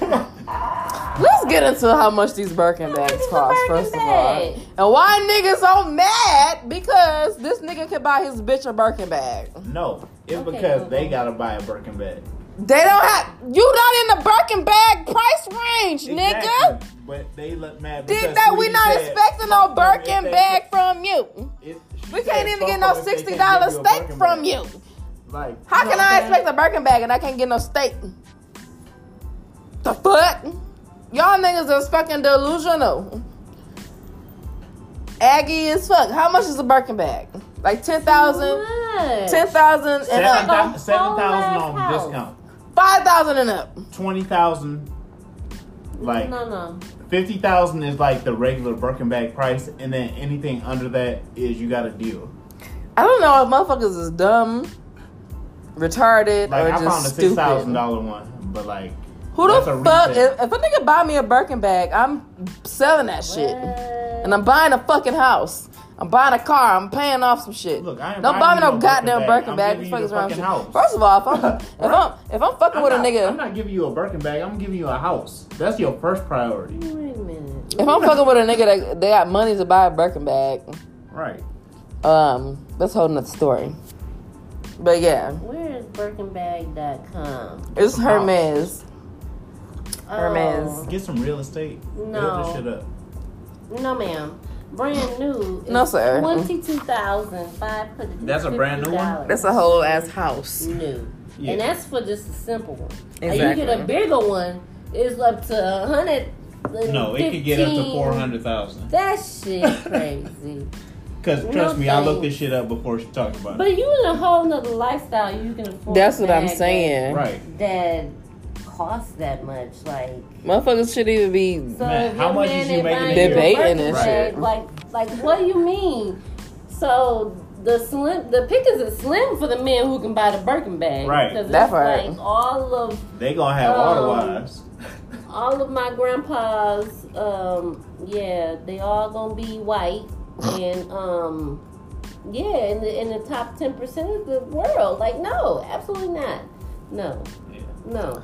Let's get into how much these Birkin bags
is a
cost,
Birkin
first of all.
bag?
And why niggas so mad? Because this nigga could buy his bitch a Birkin bag.
no, it's
Okay,
because they
Google.
gotta buy a Birkin bag.
They don't have you not in the Birkin bag price range, nigga.
Exactly. But they look mad because
Did that we
Sweetie
not
said,
expecting no
"Fuck them if
Birkin
they-
bag from you.
It- she
We
said,
can't even
"Fuck
get
them
no
if they can't
sixty
give
dollar
you a
steak
Birkin
from
bag."
you.
Like,
How can I
Okay.
expect a Birkin bag and I can't get no steak? The fuck? Y'all niggas is fucking delusional. Aggie as fuck. How much is a Birkin bag? Like 10,000?
Much.
10,000 and
seven
up.
thou- seven thousand
whole
on
ass house.
discount,
5,000 and up.
twenty thousand, like
No, no.
fifty thousand is like the regular Birkin bag price, and then anything under that is you got a deal.
I don't know if motherfuckers is dumb, retarded,
Like
or
I
just
found a six thousand
stupid.
dollar one, but like
Who
that's
the
a
fuck?
reset.
If, if a nigga buy me a Birkin bag, I'm selling that shit. And I'm buying a fucking house. I'm buying a car. I'm paying off some shit.
Look, I ain't
Don't buy
buying
me
you
no
no
goddamn
Birkin bag.
Birkin
I'm
bag.
giving
What the
you the
fuck is
fucking
wrong with
house.
you? First of all, if I'm if I'm if I'm fucking
I'm
with
not,
a nigga,
I'm not giving you a Birkin bag. I'm giving you a house. That's your first priority,
Wait a minute.
if I'm fucking with a nigga that they got money to buy a Birkin bag,
right?
um, that's a whole nother story. But yeah,
Where is BirkinBag.com?
it's Hermes.
Oh,
Hermes.
Get some real estate. Build
No.
this shit up.
No, ma'am. Brand new. is
No, sir.
Twenty-two thousand five hundred.
That's a brand new one?
That's a whole ass house.
new.
Yeah.
And that's for just a simple one. Exactly. you
Exactly.
get a bigger one, it's up to a hundred.
No, it could get up to four hundred thousand.
That shit crazy.
Cause
No
trust me, I looked
thanks.
this shit up before she talked about it.
but you in a whole nother lifestyle you can afford.
That's what
a
I'm
bag
saying.
Right.
That, that costs that much, like.
Motherfuckers should even be.
So
Man,
if
how
your
much
man
is you
ain't
making a
year?
buying you a
Debating
Birkin
and
bag,
shit.
Like, like what do you mean? So the slim, the pickings is slim for the men who can buy the Birkin bag,
Right.
Because
That
it's
part.
like all of
They gonna have all
Oh.
the
Um,
wives.
all of my grandpas, um, yeah, they all gonna be white, and um, yeah, in the in the top ten percent of the world. Like, no, absolutely not. No,
Yeah.
no,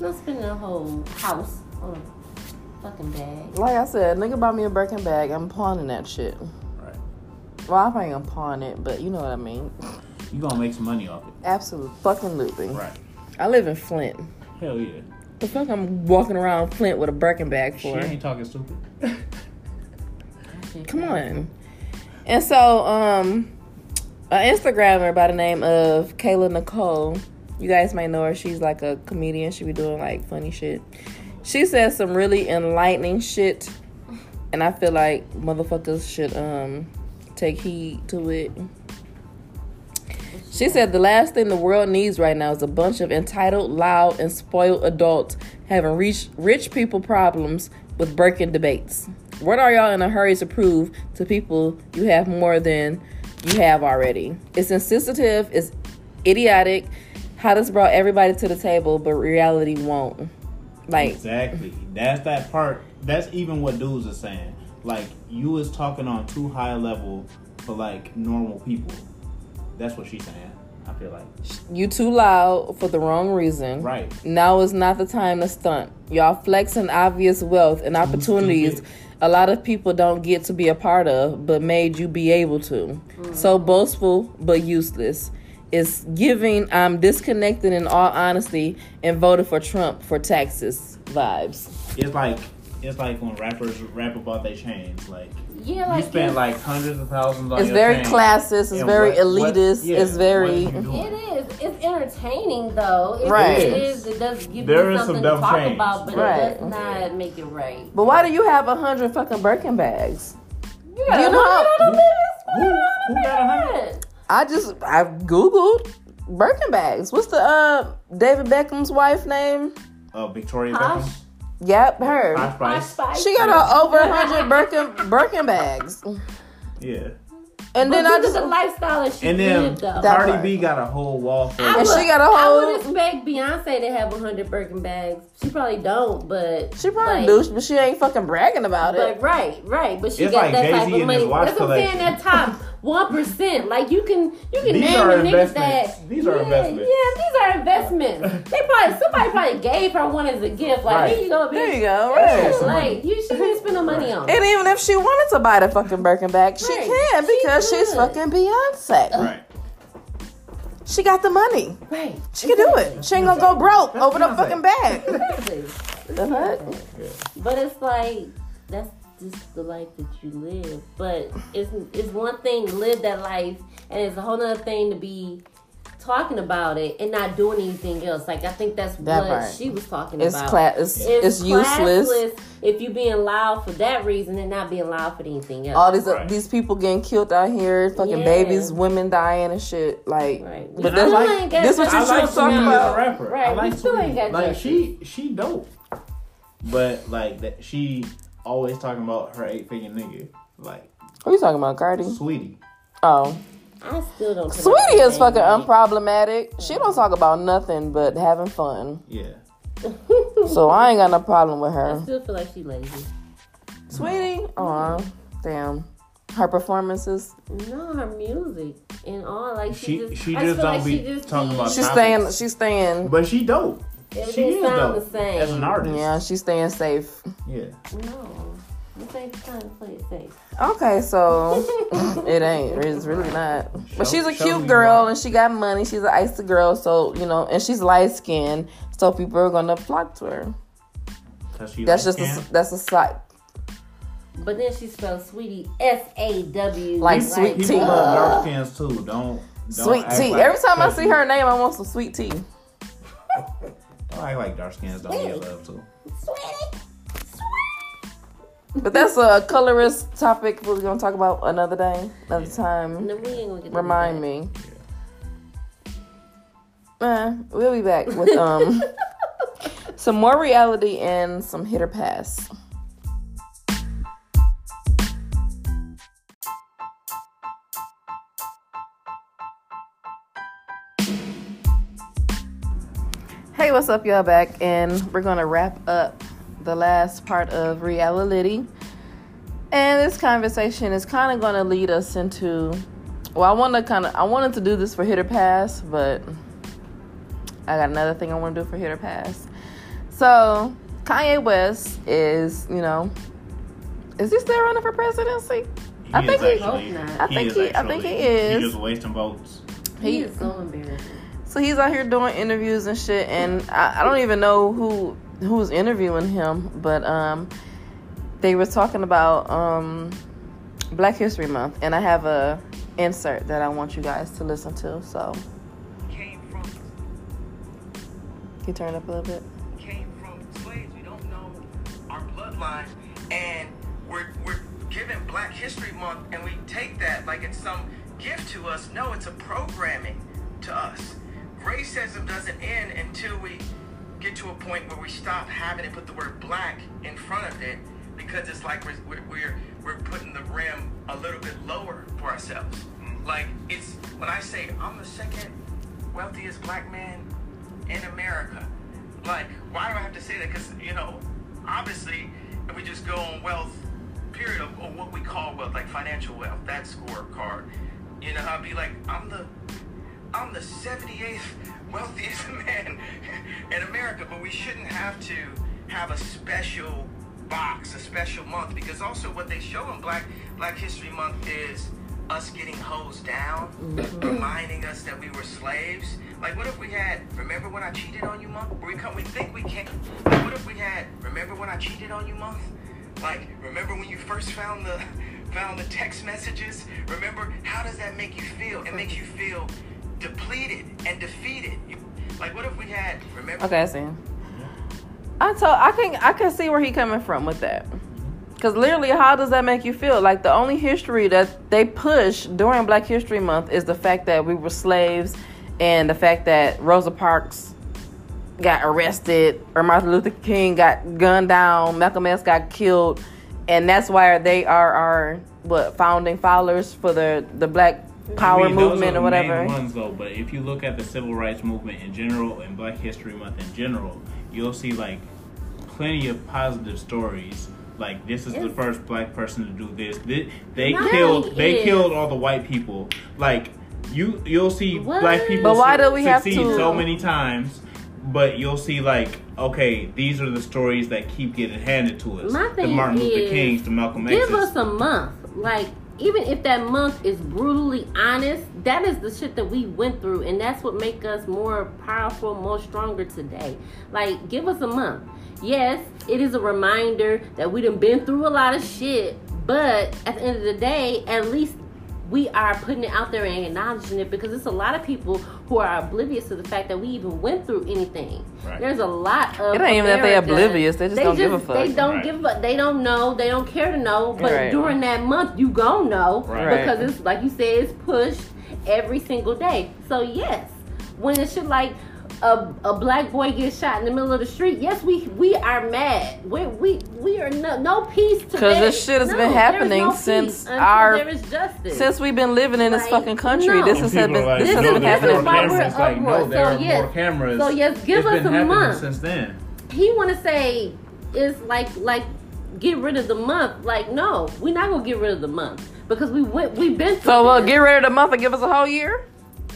not spending a whole house on a fucking bag.
Like I said, nigga bought me a Birkin bag. I'm pawning that shit.
Right.
Well, I probably gonna pawn it, but you know what I mean.
You gonna make some money off it.
Absolute fucking looping.
Right.
I live in Flint.
Hell yeah.
The fuck I'm walking around Flint with a Birkin bag
She
for?
ain't talking stupid.
Come on. And so, um, an Instagrammer by the name of Kayla Nicole, you guys might know her. She's like a comedian. She be doing like funny shit. She says some really enlightening shit, and I feel like motherfuckers should um take heed to it. She said the last thing the world needs right now is a bunch of entitled, loud, and spoiled adults having rich, rich people problems with breaking debates. What are y'all in a hurry to prove to people you have more than you have already? It's insensitive, it's idiotic. How this brought everybody to the table, but reality won't. Like,
Exactly. That's that part. That's even what dudes are saying. Like you was talking on too high a level for like normal people. That's what she's saying. I feel like.
you too loud for the wrong reason.
Right.
Now is not the time to stunt. Y'all flexing obvious wealth and opportunities a lot of people don't get to be a part of, but made you be able to.
Mm.
So boastful but useless. It's giving I'm disconnected in all honesty and voted for Trump for taxes vibes.
It's like it's like when rappers rap about their chains. Like
Yeah, like
you spend like hundreds of thousands on
It's
your
very
chain.
classist, it's
And
very
what- what-
elitist,
yeah,
it's very
what you doing?
It is. It's entertaining though. It
Right.
It is. It does give
There
you
is some
something
dumb
to talk
change.
about, but
Right.
it does not make it right.
But why do you have a hundred fucking Birkin bags?
You
gotta-
know
Who-
how?
Who, who got a hundred?
I just I've Googled Birkenbags. What's the uh David Beckham's wife name?
Uh, Victoria
Posh,
Beckham.
Yep, her.
Posh
posh
Spice.
spice.
She got a over hundred Birken Birkin bags,
Yeah.
and
But
then I
look at
just
the lifestyle that she
And then
lived though.
That
Cardi
part.
B got a whole wall full.
I
And she
would-
got a
I
whole-
would expect Beyonce to have 100 Birkin bags. She probably don't, but
she probably
like,
douche, but she ain't fucking bragging about it.
But right, right. But she
It's
got
like
that type
Jay-Z
of
and his
money.
watch
That's what I'm saying. That
collection.
top one percent. Like you can, you can
These
name
are
the niggas
investments.
that.
These are
yeah,
investments.
Yeah, these are investments. they probably somebody probably gave her one as a gift. Like
Right.
here you go, bitch.
There you go,
Yeah,
right.
some money.
like you should be spending money on. it.
And even if she wanted to buy the fucking Birkin bag, she
Right.
can
She
because she's
could. Uh,
fucking Beyonce.
Right.
She got the money.
Right.
She can do it. She ain't gonna go broke over the fucking bag.
Exactly.
The fuck?
Yeah.
But it's like that's just the life that you live. But it's it's one thing to live that life, and it's a whole nother thing to be talking about it and not doing anything else. Like I think that's
That
what
part.
she was talking
It's
about.
class. It's, it's useless.
classless if you being loud for that reason and not being loud for anything else.
All these
Right.
these people getting killed out here, fucking
Yeah.
babies, women dying and shit. Like,
Right. We
but
still
that's
ain't
like
got
this what
justice
you
I
should
like
talk
Sweetie as a
about.
rapper.
Right,
I
we
like
still ain't
Sweetie.
got
Like
justice.
she she dope. But like that she always talking about her eight figure nigga. Like
Who you talking about, Cardi?
Sweetie.
Oh,
I still don't. connect
Sweetie
with
is fucking
that.
unproblematic. She don't talk about nothing but having fun.
Yeah.
So I ain't got no problem with
I
her.
still feel like she lazy.
Sweetie, aw, damn, her performances.
No, her music and all like she,
She-
just
she
I
just
just feel
don't
like
be
she just
talking
be-
about
She's
Topics.
staying. She's staying.
But she dope.
It-
she
it
is
sound
dope.
the same.
As an artist.
Yeah, she's staying safe.
Yeah.
No. This ain't the time to play it safe.
Okay, so it ain't. It's really not. But
Show-
she's a
show
cute
me
girl
why.
and she got money. She's an icy girl, so you know, and she's light skinned, so people are gonna flock to her.
Cause she
That's just
light-skinned.
a, that's a side.
But then she spells sweetie S A W. E,
Like sweet
People
tea.
love dark skins too. Don't, don't
Sweet
act
tea.
like-
Every time I
cause
see
you-
her name, I want some sweet tea.
Don't act like dark skins don't
Sweet.
get love too.
Sweetie.
But that's a colorist topic we're gonna talk about another day, another time.
No, we ain't gonna get into
Remind
that.
me. Eh, we'll be back with um some more reality and some hit or pass. Hey, what's up, y'all? Back, and we're gonna wrap up the last part of reality. And this conversation is kind of going to lead us into. Well, I want to kind of. I wanted to do this for hit or pass, but I got another thing I want to do for hit or pass. So Kanye West is, you know, is he still running for presidency? I
He
think
is
he-
actually,
I think
is
he- I think
actually-
he is.
He just wasting votes.
He is so embarrassing.
So he's out here doing interviews and shit, and I, I don't even know who who's interviewing him, but um, they were talking about um, Black History Month, and I have a insert that I want you guys to listen to. So
came from
can you turn it up a little bit?
came from slaves. We don't know our bloodlines, and we're we're given Black History Month, and we take that like it's some gift to us. No, it's a programming to us. Racism doesn't end until we get to a point where we stop having to put the word black in front of it because it's like we're we're we're, we're putting the rim a little bit lower for ourselves. Like it's when I say I'm the second wealthiest black man in America. Like, why do I have to say that? Because, you know, obviously, if we just go on wealth, period, of, or what we call wealth, like financial wealth, that scorecard, you know, I'll be like, I'm the, I'm the 78th wealthiest man in America, but we shouldn't have to have a special box, a special month, because also what they show in Black Black History Month is us getting hosed down, reminding us that we were slaves. Like, what if we had? Remember when I cheated on you, month? We come, we think we can't. Like, what if we had? Remember when I cheated on you, month? Like, remember when you first found the found the text messages? Remember how does that make you feel? It makes you feel depleted and defeated. You- Like, what if we had? Remember.
Okay, I see. I told I can I can see where he coming from with that. Cause literally, how does that make you feel? Like the only history that they push during Black History Month is the fact that we were slaves and the fact that Rosa Parks got arrested or Martin Luther King got gunned down, Malcolm X got killed, and that's why they are our what founding followers for the the Black Power
I mean, those
movement
are
or
the main
whatever.
ones though, but if you look at the civil rights movement in general and Black History Month in general, you'll see like plenty of positive stories. Like this is the
Yes.
first black person to do this. They, they
Right,
killed they
yes.
killed all the white people. Like you you'll see
What?
black people
But why
su-
do we have
succeed
to-
so many times. But you'll see like okay, these are the stories that keep getting handed to us.
My
the
thing
Martin
is,
Luther Kings, the Malcolm X's.
Give us a month. Like, even if that month is brutally honest, that is the shit that we went through, and that's what make us more powerful, more stronger today. Like, give us a month. Yes, it is a reminder that we done been through a lot of shit, but at the end of the day, at least we are putting it out there and acknowledging it because it's a lot of people who are oblivious to the fact that we even went through anything.
Right.
There's a lot of
It ain't even that they
America-
oblivious, they just don't give a fuck.
They don't
Right.
give a they don't know, they don't care to know. But
Right.
during that month you gon' know
Right.
because it's like you said, it's pushed every single day. So yes, when it's shit like a, a black boy gets shot in the middle of the street. Yes, we we are mad. We we we are no, no peace today.
Because this shit has
No,
been
there is
happening
no peace
since
until
our-
there is justice.
Since we've been living in this
Like,
fucking country,
no.
this has
People
been
are like,
this
no,
has
this
been
is
happening
why
for
we're
cameras. Like,
uproar.
no, there
So,
are
yes.
more cameras.
So, yes, give
It's
us
been
a
happening
month.
since then.
he want to say is like like get rid of the month. Like no, we're not gonna get rid of the month because we went we've been through
So uh,
this.
get rid of the month and give us a whole year.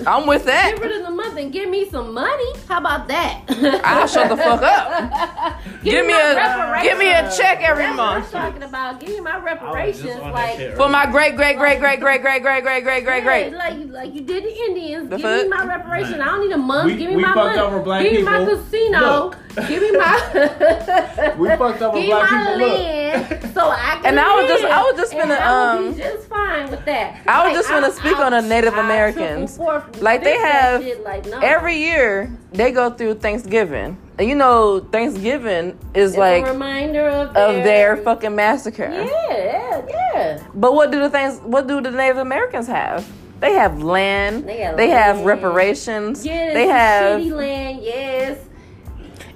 I'm with
Get
that.
rid of the month and give me some money. How about that?
I'll shut the fuck up. Give me
my
a give me a
reparations.
check every
That's what I'm
month
talking about. Give me my
I was just
reparations.
on that
Like,
shit
for
earlier.
my great great great great great great great great great great great.
Yeah, like, like you did the Indians.
The
give
fuck?
me my reparations. I don't need a month.
We-
give me
we
my
fucked
money.
over black
give me my
people.
casino.
Look.
Give me my.
We fucked over
give me
black
my
people. Look.
land so I can.
And I was just-
live.
I was just
And
finna,
I would be
um,
just fine with that.
I was just finna speak on the Native
I'll
Americans.
triple forth-
Like, they
fix that
have
shit, like, no.
Every year they go through Thanksgiving. And you know Thanksgiving is
It's
like
a reminder of
of their
their
fucking massacre.
Yeah, yeah, yeah.
But what do the things? What do the Native Americans have? They have land.
They have
have
land.
reparations.
Yes,
they have,
shitty land. Yes.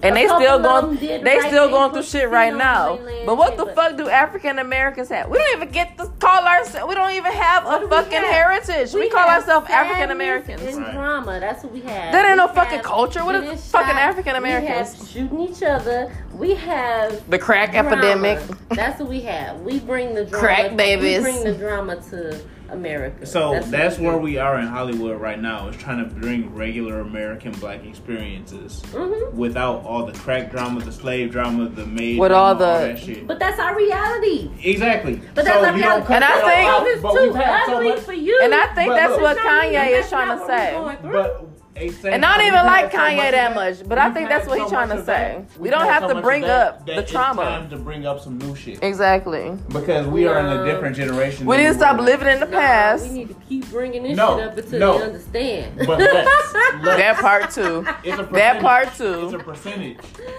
and they
A couple
still
of
going.
them did
They
right
still
there,
going through
put
shit
shit
right
on
now.
their land,
But what
shit,
the
but-
fuck do African Americans have? We don't even get to call ourselves. We don't even have
What
a
do we
fucking
have?
heritage. We, call
have
ourselves
sadness
African Americans.
And
Right.
drama. That's what we have.
That ain't no
We
fucking
have
culture. What is
getting
fucking
shot.
African Americans?
We have shooting each other. We have
The crack
drama.
epidemic.
That's what we have. We bring the drama.
Crack babies.
We bring the drama to America.
So that's,
what we
where
do.
we are in Hollywood right now. Is trying to bring regular American black experiences
Mhm.
without all the crack drama, the slave drama, the maid
With
drama,
all the-
that shit.
But that's our reality.
exactly.
But that's
so
our
you don't
reality.
cut
And I
that
think-
out,
It's
but
too
we've had so
ugly
much-
for you.
And I think
But
that's
look-
what
That's not
Kanye
what-
is
that's
trying
not
to
what we're
say.
going through.
But exactly,
And I don't
we've
even
had
like
so
Kanye
of
that much, but I
We've
think
had
that's what
so
he's trying
much
to
of that.
say. We
We've
don't
had
have
so
to
much of
bring
that
up
that
the
it's
trauma.
time to bring up some new shit
Exactly.
because we are in a
No.
different generation.
We
than
need to stop
were.
living in the
Nah,
past.
we need to keep bringing this
No,
shit up until
no.
they understand.
But let's- let's-
That part too.
It's a
That
percentage.
part too.
It's a percentage,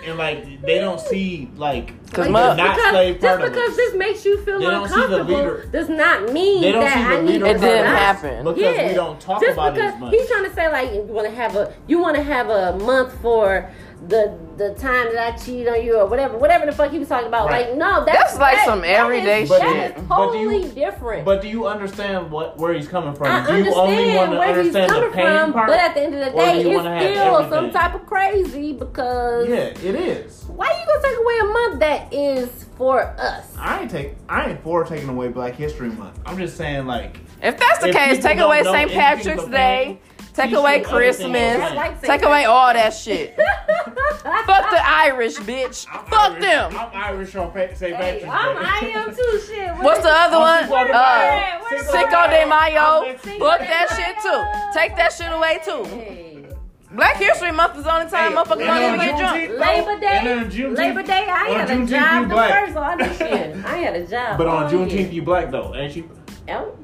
and like they don't see like
Cause
the
mo-
not
because,
slave part
just because
of it.
this makes you feel
They don't see the
uncomfortable
leader-
does not mean
They don't
that
see the
I need
leader
to
It didn't
stop.
happen.
because
yeah.
we don't talk
just
about it
because
as much.
He's trying to say like you want to have a you want to have a month for the the time that I cheated on you or whatever whatever the fuck he was talking about.
Right.
Like no, that's,
That's like
that-
some
that is-
everyday
shit.
That is
But do you-
totally different.
but do you understand what where he's coming from?
I
do you only want
understand
to
where he's
understand the
coming
pain
from,
part?
but at the end of the
or do
day,
you
it's
wanna have
still some
everything?
type of crazy because
yeah, it is.
why you gonna take away a month that is for us?
I ain't take. I ain't for taking away Black History Month. I'm just saying like
If that's the
If
case,
people
take
don't
away
know
St.
anything
Patrick's
about
Day, take
teach
away
them everything
Christmas,
about
Like St.
take away all that shit. Fuck the Irish, bitch.
I'm
Fuck
Irish.
them.
I'm Irish on Pa- St.
Hey,
Patrick's
I'm,
Day.
I am too. Shit.
What's the other
I'm
one?
Cinco de
Uh, Cinco
Mayo. Cinco de
de
Mayo.
Mayo.
Cinco de
Fuck that shit too. Take that shit away too. Black History Month is the only time
Hey,
motherfuckers
and
don't even
on
get drunk.
Juneteenth,
Labor Day.
and on Juneteenth-
Labor Day. I
on
had
Juneteenth,
a
you
job the
black.
first all this shit. I had a job.
But on
all
Juneteenth,
year.
you black though, ain't you?
Oh,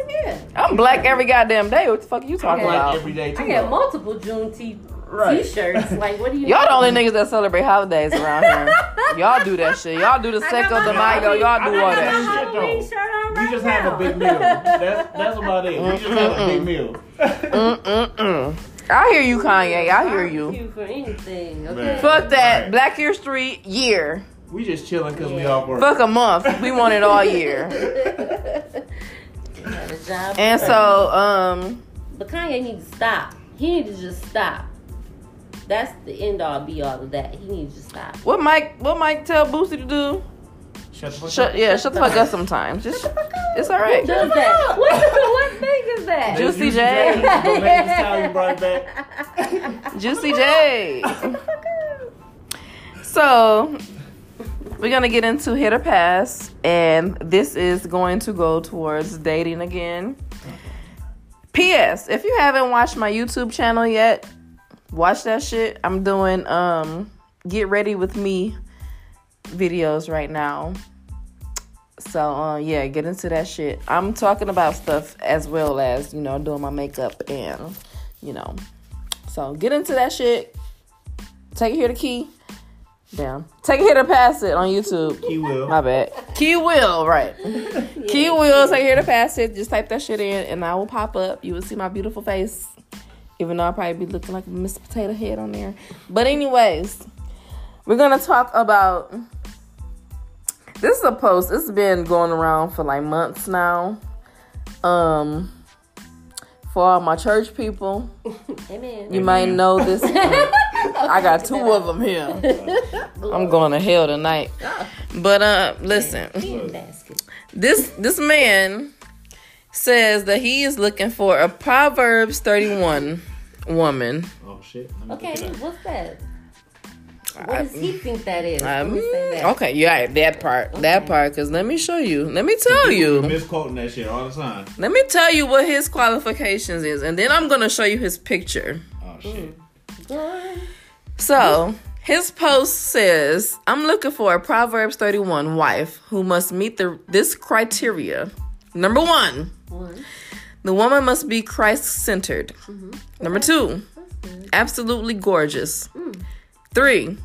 yeah, yeah.
I'm black every goddamn day. What the fuck you
I'm
talking
black
about?
every day too.
I had
though.
multiple Juneteenth
Right.
t-shirts. Like, what do you?
Y'all the only
mean?
niggas that celebrate holidays around here. Y'all do that shit. Y'all do the
I got
Cinco de
my-
Mayo. Y'all do
I got
all
my
that shit.
shit,
I got my Halloween
though.
shirt on
We
right
just
now.
have a big meal. That's that's about it. We just have a big meal.
Mm-mm-mm. I hear you, Kanye. I hear you.
Barbecue for anything. Okay.
Man.
Fuck
Right.
that. Black Year Street year.
We just chilling because we
Yeah.
all work.
Fuck a month. We want it all year.
Got a job.
And so, um,
But Kanye needs to stop. He needs to just stop. That's the end all be all of that. He needs to stop.
what Mike? What Mike tell Boosie to do?
Shut the fuck up.
Shut, yeah, shut the fuck up sometimes. Just, it's all right.
Who does that? What, what thing is that?
Juicy
Juicy
J.
J. Go back to Sally brought back.
Juicy J. So we're gonna get into hit or pass, and this is going to go towards dating again. P.S. If you haven't watched my YouTube channel yet, watch that shit. I'm doing um get ready with me videos right now. So uh, yeah, get into that shit. I'm talking about stuff as well as you know doing my makeup and you know. So get into that shit. Take it here to key. Damn. Take it here to pass it on YouTube.
He will.
My bad. Key will, right. Key will, take here to pass it. Just type that shit in and I will pop up. You will see my beautiful face. Even though I'll probably be looking like a Miss Potato Head on there. But anyways, we're gonna talk about this is a post. It's been going around for like months now. Um for all my church people.
Amen.
You might know this. I got two of them here. I'm going to hell tonight. But uh, listen,
Bean basket.
this this man says that he is looking for a Proverbs 31 woman.
Oh shit. Let me
Okay,
look it up.
what's that? What does he think that is? Let
Um,
me say that.
okay, yeah, that part, that part. Cause let me show you. Let me tell you.
Misquoting that shit all the time.
Let me tell you what his qualifications is, and then I'm gonna show you his picture.
Mm.
Oh shit.
oh.
Good.
So his post says, "I'm looking for a Proverbs 31 wife who must meet the this criteria. Number one,
One.
the woman must be Christ-centered. Number two, absolutely gorgeous. Three,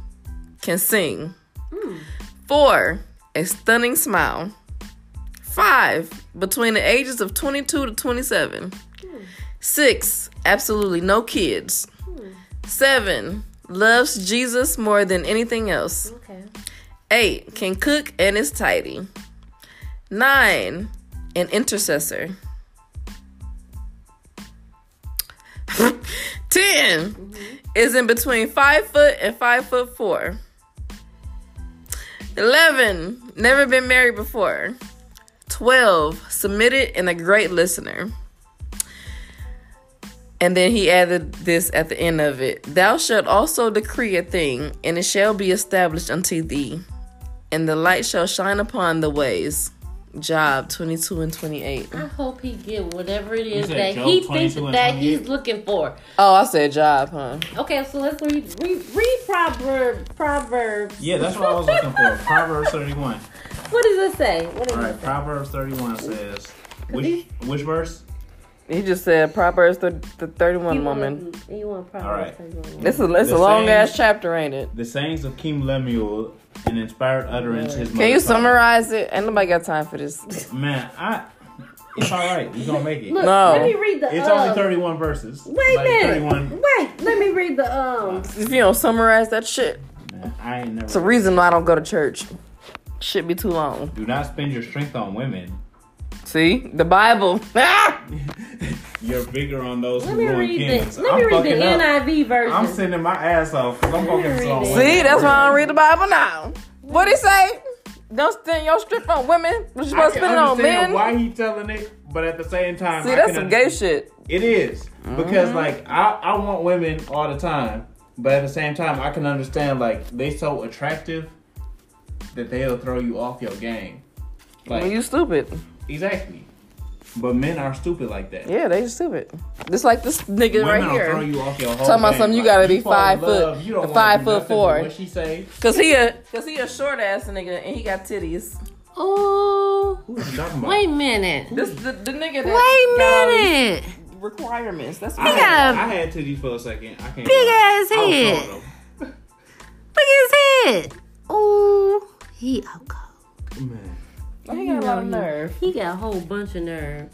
can sing. Four, a stunning smile. Five, between the ages of 22 to 27. Six, absolutely no kids. Seven, loves Jesus more than anything else.
Okay.
Eight, can cook and is tidy. Nine, an intercessor. Ten is in between five foot and five foot four. Eleven, never been married before. Twelve, submitted and a great listener. And then he added this at the end of it Thou shalt also decree a thing, and it shall be established unto thee, and the light shall shine upon the ways. Job 22 and 28.
I hope he get whatever it is
said
that
Job
he thinks
22 and
that
28?
he's looking for.
Oh, I said job, huh?
Okay, so let's read read, read proverb proverbs.
Yeah, that's what I was looking for. Proverbs 31.
What does it say? What does
All
it
right, Proverbs 31 says. Which which verse?
He just said Proverbs the, the 31
You
woman.
Want, you want
Alright.
proverbs? All right.
This is it's a
The
long ass
same-
chapter, ain't it?
The sayings of King Lemuel, an inspired utterance. His
Can
mother
you
taught him.
summarize it? Ain't nobody got time for this.
Man, I. It's all right. You're gonna make it.
Look,
No.
let me read the.
it's
um,
only 31 verses.
Wait a
Like,
minute.
31.
Wait, let me read the um.
if you don't summarize that shit,
Man, I ain't never.
it's a reason why I don't go to church. Shit be too long.
Do not spend your strength on women.
See? The Bible. Ah!
You're bigger on those
Let
who
me
ruin
read
kings.
the. Let
I'm
me read the
fucking up.
NIV version.
I'm sending my ass off. 'cause I'm gonna get
read
some.
it.
See? That's why I don't read the Bible now. What'd he say? Don't spend your strip on women. You're
I
supposed to
can
spend it on men.
understand why he telling it, but at the same time,
See,
I
that's
can
some
under-
gay shit.
It is.
Mm-hmm.
because like I, I want women all the time, but at the same time, I can understand like they so attractive that they'll throw you off your game. Like
you stupid.
exactly. But men are stupid like that.
Yeah, they stupid. Just like this nigga
Women
right
will
here.
throw you off your whole
Talking about
game.
something, you
Like,
gotta be
fall in
five
love,
foot-
you don't wanna
five
do
foot
nothing but
four.
What she say?
Cause he a cause he a short ass nigga and he got titties.
Oh,
Who is she talking about?
wait a minute.
This the, the nigga that got all
Wait a
these
minute.
requirements. That's
I
what
had,
got a
I had titties for a second. I can't.
Big
lie.
ass
I was
head.
showing them.
Look at his head. Oh, he out cold.
Man.
he got a lot of nerve.
He got a whole bunch of nerve.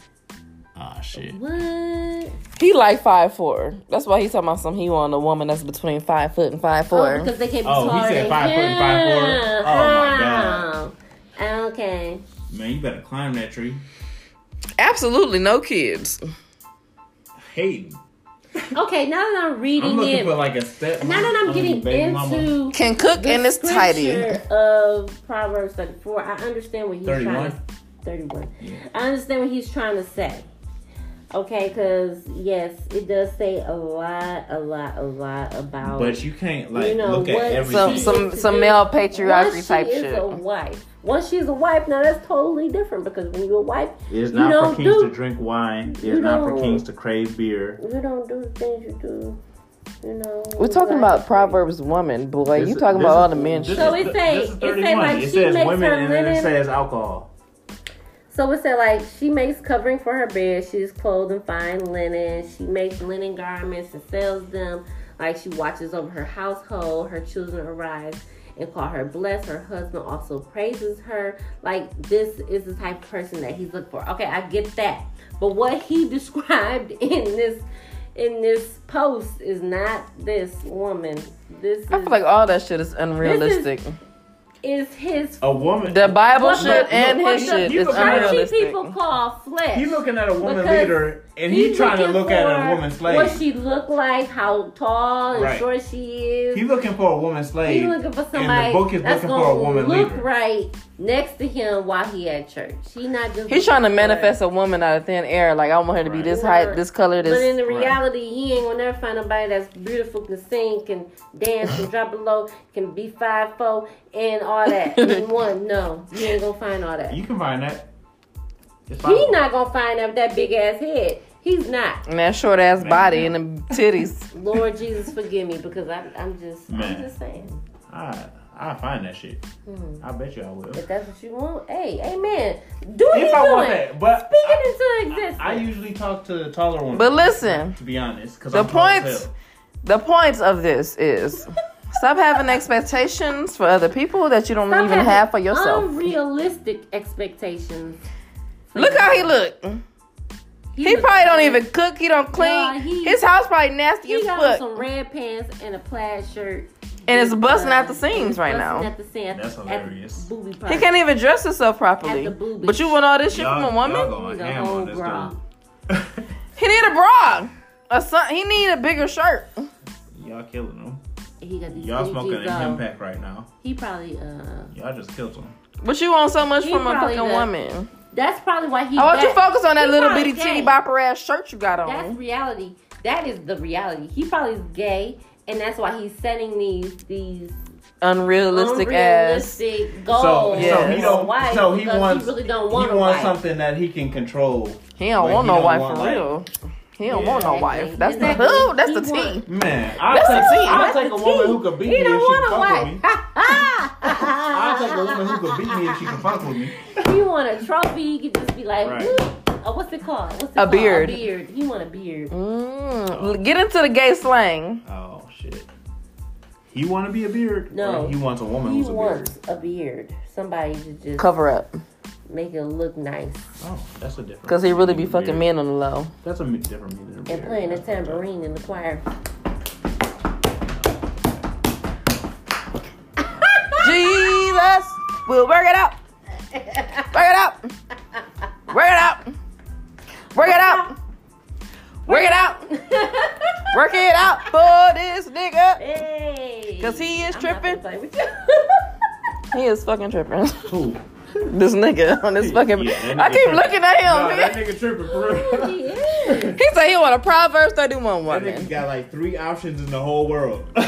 Ah, Nah, shit.
What?
He like five four. That's why he's talking about some. He want a woman that's between five foot and five
Oh,
four.
because they can't be
Oh, he
taller
said
than
five foot and five four.
him.
Oh,
Ah. Okay.
Man, you better climb that tree.
Absolutely no kids.
Hating.
Okay, now that I'm
I'm
reading
looking
it,
for like a step.
now that I'm getting into
Can cook
the
and it's tidy.
scripture of Proverbs 34, I understand what he's trying to
31.
31.
Yeah.
I understand what he's trying to say. Okay, because yes, it does say a lot, a lot, a lot about
But you can't like
You know,
look at
what-
Some
everything.
some
to
some
do.
male
once
patriarchy
she
type
is
shit.
a wife. Once she's a wife, now that's totally different because when you're a wife,
it's
you
not
don't
for kings
do-
to drink wine. It's
you
not for
don't-
kings to crave beer.
you don't do the things you do. You know.
We're talking
like-
about Proverbs woman, boy.
This
You
is-
talking
this
about
is-
all the men
this
shit.
So
is-
it say-
this is
it say,
31.
like,
it
she
says
makes
women
her
and then it
linen-
says alcohol.
So it said like she makes covering for her bed. She's clothed in fine linen. She makes linen garments and sells them. Like she watches over her household. Her children arise and call her blessed. Her husband also praises her. Like this is the type of person that he's looking for. Okay, I get that. But what he described in this in this post is not this woman. This is,
I feel like all that shit is unrealistic.
is his
A woman.
The Bible
What
shit
the-
and
what
his
the-
shit
you
is
look at-
churchy
unrealistic.
people call flesh.
He looking at a woman
Because
leader and he, trying to
looking
look at a
for
woman slave.
What she look like, how tall and
Right.
short she is.
He looking for a woman slave.
He looking for somebody
And the book is
that's
looking for a
gonna
woman
look
leader.
right next to him while he at church. He not just.
He's trying to manifest a woman out of thin air. Like I want her to be
Right.
this height, this color,
But in
this.
the
Right.
reality, he ain't gonna never find nobody that's beautiful, can sing, can dance, can drop a low, can be five four, and all that. in one, no, you ain't gonna find all that.
You can find that. It's
He
possible.
not gonna find out that big ass head. He's not.
And that short ass
Man,
body
man.
and the titties.
Lord Jesus, forgive me because I'm, I'm just, I'm
Man.
just saying.
I I find that shit. I bet you I will.
If that's Hmm. what you want, hey, amen. Do what
If
you
I
doing.
want that, but
Speak
I,
it into existence.
I usually talk to the taller women.
But listen,
to be honest, because
The
I'm tall as
point-
hell.
the point of this is stop having expectations for other people that you don't
Stop
even
having
have for yourself.
Unrealistic expectations.
Look how he look. He
look-
probably don't even cook. He don't clean.
Nah, he-
His house probably nasty
He
as
got
fuck,
on some red pants and a plaid shirt.
and it's busting out the
Uh, and
seams
it's
right
busting
now.
At the seams.
That's
at the
hilarious.
Booby
He
part.
can't even dress himself properly.
At the boobies.
But you want all this shit
Y'all-
from a woman?
y'all going
He's a
ham
whole
on this
bra.
dude.
He need a bra. A son, he need a bigger shirt.
Y'all killing him.
He got these
Y'all smoking
Gucci's
an
on.
impact right now.
He probably uh.
Y'all just killed him.
But you want so much
He
from a
probably
fucking
does.
woman.
That's probably why he.
I want Oh, you
back.
to focus on that
He
little
probably
bitty titty
gay.
bopper ass shirt you got
That's
on.
reality. That is the reality. He probably is gay, and that's why he's setting these these
Unrealistic, ass.
unrealistic goals.
So, so
Yes.
he don't.
for wife
so he
because
wants.
He really don't want.
he
a
wants
wife.
something that he can control.
He don't
But
want
he
no
don't
wife
want,
for
like-
real. He don't
Yeah.
want no wife. That's
Exactly.
the who. That's the
He
T.
want-
Man, I'll
That's
take,
the tea.
I'll
That's
take a
the
woman
tea.
who could beat me
He
if she
don't
could
want a
fuck with me.
wife.
I'll take a woman who could beat me if she could fuck with me.
He want a trophy. He could just be like,
Right.
"Whoop." Uh, what's it called? What's it
A
called?
beard.
A beard. He want a beard.
Mm, get into the gay slang.
Oh shit. He want to be a beard.
No.
Or he wants a woman
He
who's a beard.
wants a beard. Somebody to just
Cover up,
make it look nice
Oh, that's a different.
cause he really be
meaning of
fucking
beard.
men on the low.
That's a mi- different meaning. of
and
beard.
playing the
That's what-
tambourine in the choir.
Jesus, we'll work it out. Work it out. Work it out. Work it out. Work it out. Work it out for this nigga.
Hey.
'Cause he is
I'm not
tripping.
gonna play with you.
He is fucking tripping.
Who?
this nigga on this fucking.
Yeah, that
I
nigga
keep
tripping.
looking at him.
No, that
man.
nigga tripping for real.
He is.
He said he want a Proverbs 31
That
woman.
nigga got like three options in the whole world.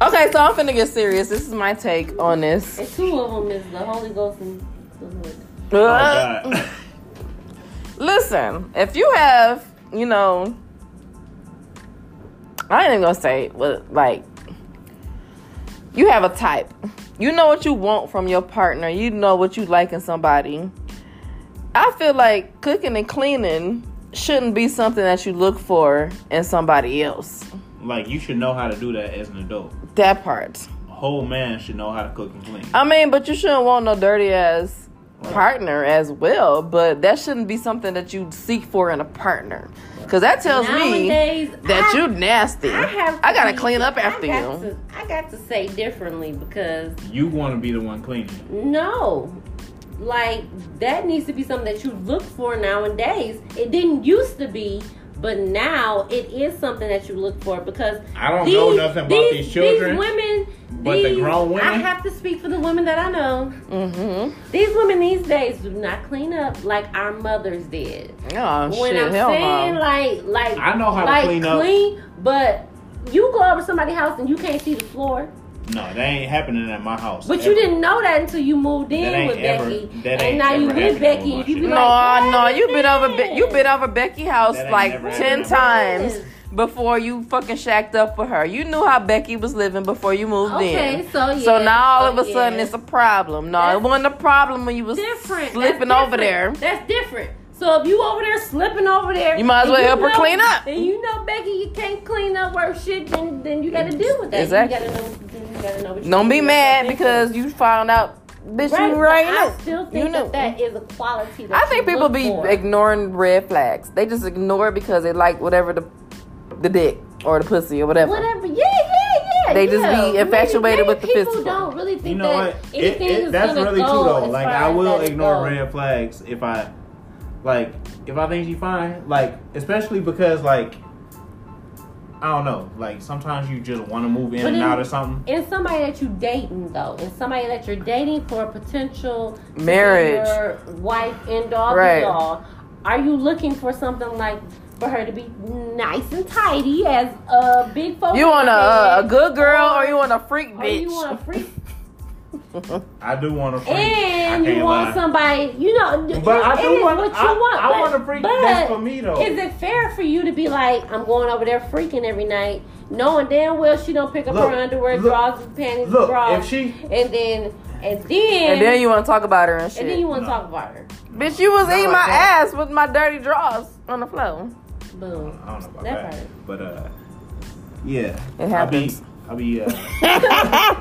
Oh,
Okay, so I'm finna get serious. This is my take on this.
And two of them is the Holy Ghost and the Lord.
oh god.
Listen, if you have, you know, I ain't even gonna say it, but like, you have a type. You know what you want from your partner. You know what you like in somebody. I feel like cooking and cleaning shouldn't be something that you look for in somebody else.
like you should know how to do that as an adult.
That part.
A whole man should know how to cook and clean.
I mean, but you shouldn't want no dirty ass partner as well, but that shouldn't be something that you seek for in a partner. Because that tells
Nowadays,
me that
I-
you nasty.
I have.
I gotta
be-
clean up after
I got
you.
To, I got to say differently because
You want to be the one cleaning. it.
no, like that needs to be something that you look for nowadays. It didn't used to be, but now it is something that you look for because
I don't know nothing about these children,
These women,
but the
these-
grown women-
I have to speak for the women that I know.
Mm-hmm.
These women these days do not clean up like our mothers did.
Oh
when
shit,
I'm
hell
saying
no.
like like
I know how to
like
clean up.
but you go over to somebody's house and you can't see the floor.
No, that ain't happening at my house.
But you
ever.
didn't know that until you moved in
That ain't
with
ever-
Becky,
that ain't
and now you
ever
with
happened on
Becky.
my
and You be
shit.
no,
like,
no,
"What
you been over
is
Be- you been over Becky house
That ain't
like
never
ten
happened.
times
this?"
before you fucking shacked up for her. You knew how Becky was living before you moved in.
Okay, so yeah.
So now all
so
of a sudden
yeah.
it's a problem. No,
That's
it wasn't a problem when you was
different.
slipping
That's
over there.
different. That's different. So if you over there slipping over there,
You might as
and
well
you
help her
know-
clean up.
And you know, Becky, you can't clean up worse shit. Then, then you got to deal with that.
Exactly.
You gotta know, then you gotta know what you
Don't be
do.
mad because you found out, bitch.
Right,
you
but
right
I
now.
still think
You know.
that that is a quality. That
I think
you
people
look
be
for.
ignoring red flags. They just ignore it because they like whatever the the dick or the pussy or whatever.
whatever. Yeah, yeah, yeah.
They
yeah.
just be
Maybe-
infatuated
maybe
with the
people
physical.
don't really think
You know
that
what? It,
anything
it,
is
that's
gonna
really
go
true though.
as
Like
far
I
as
will
that it
ignore
goes.
red flags if I, like, if I think she's fine. Like especially because like, I don't know. Like sometimes you just want to move in
But
and
then-
out of something.
And somebody that you dating though, and somebody that you're dating for a potential to be
Marriage.
your wife and dog,
Right.
right? are you looking for something like for her to be nice and tidy as a big folk?
You want a,
said,
a, a good girl or,
or-
you want a freak
or
bitch?
you want a freak,
I do want to freak. I
and
can't
you want
lie.
somebody, you know.
But
it-
I do
it is
want-
what you
I-
want.
I
but-
want a freak that's
but
for me, though.
Is it fair for you to be like, I'm going over there freaking every night, knowing damn well she don't pick up
Look,
her underwear,
look,
drawers, and panties,
look,
and bras,
if she-
and then and then
and then you want to talk about her and shit.
and then you want to
No.
talk about her.
bitch, you was
Not
eating
like
my
that.
ass with my dirty drawers on the floor.
Boom.
I don't know about that,
That part.
but uh, yeah,
It happens.
I'll be, I'll be uh,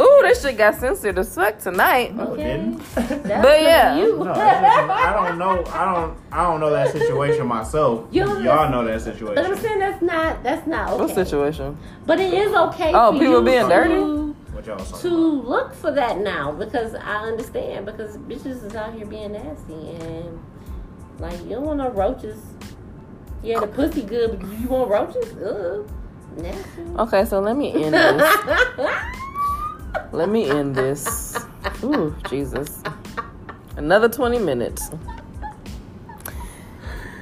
Ooh, this shit got censored as fuck tonight.
no, it
Okay.
didn't.
That's
But
for
yeah.
you.
No, I don't know. I don't. I don't know that situation myself.
You-
Y'all know that
But I'm
situation.
saying that's not that's not okay.
What situation?
But it is okay.
Oh,
for
people
you
being
to-
dirty?
What y'all talking
to
about?
look for that now because I understand because bitches is out here being nasty and like you don't want no roaches. Yeah, the pussy good, but you want roaches? Ugh, nasty.
Okay, so let me end this. Let me end this. Ooh, Jesus. Another 20 minutes.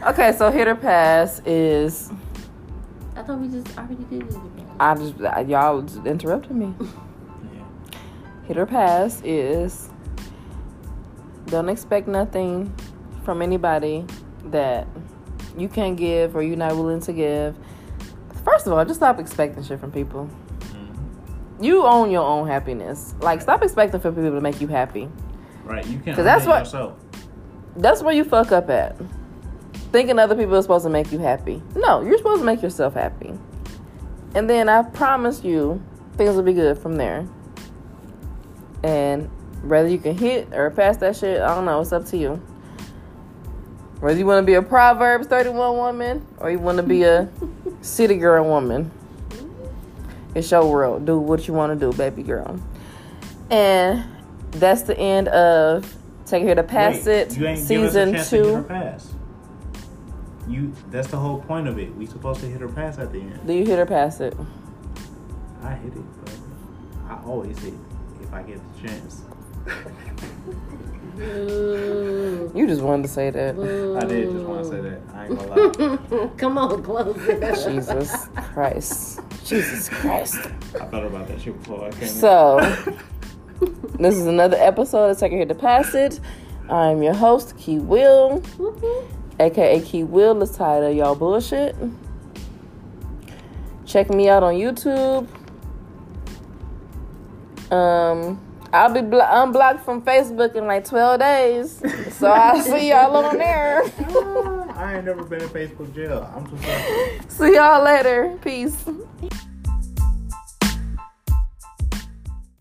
Okay, so hit or pass is
I thought we just already did it.
I just y'all just interrupted me.
Yeah.
Hit or pass is don't expect nothing from anybody that you can't give or you're not willing to give. First of all, just stop expecting shit from people.
Mm-hmm.
You own your own happiness. Like stop expecting for people to make you happy.
Right. You can.
'Cause that's
update
what-
Yourself.
that's where you fuck up at. Thinking other people are supposed to make you happy. No, you're supposed to make yourself happy. And then I promise you, things will be good from there. And whether you can hit or pass that shit, I don't know. It's up to you. Whether you want to be a Proverbs 31 woman or you want to be a city girl woman, it's your world. Do what you want to do, baby girl. And that's the end of Take It Here to Pass
Wait,
It,
You ain't give us a
season
chance to hit her
two.
pass. You. That's the whole point of it. We supposed to hit her pass at the end.
Do you hit or pass it?
I hit it. But I always hit it if I get the chance.
Ooh.
You just wanted to say that.
I did just want to say that. I ain't gonna lie.
Come on, close it.
Jesus Christ. Jesus Christ.
I thought about that shit before I came. in.
So, this is another episode of Take It Here to Pass It. I'm your host, Key Will, aka Key Will. Let's tired of y'all bullshit. Check me out on YouTube. Um, I'll be blo- unblocked from Facebook in like 12 days. So, I'll see y'all on there.
I ain't never been in Facebook jail. I'm too.
see y'all later. Peace.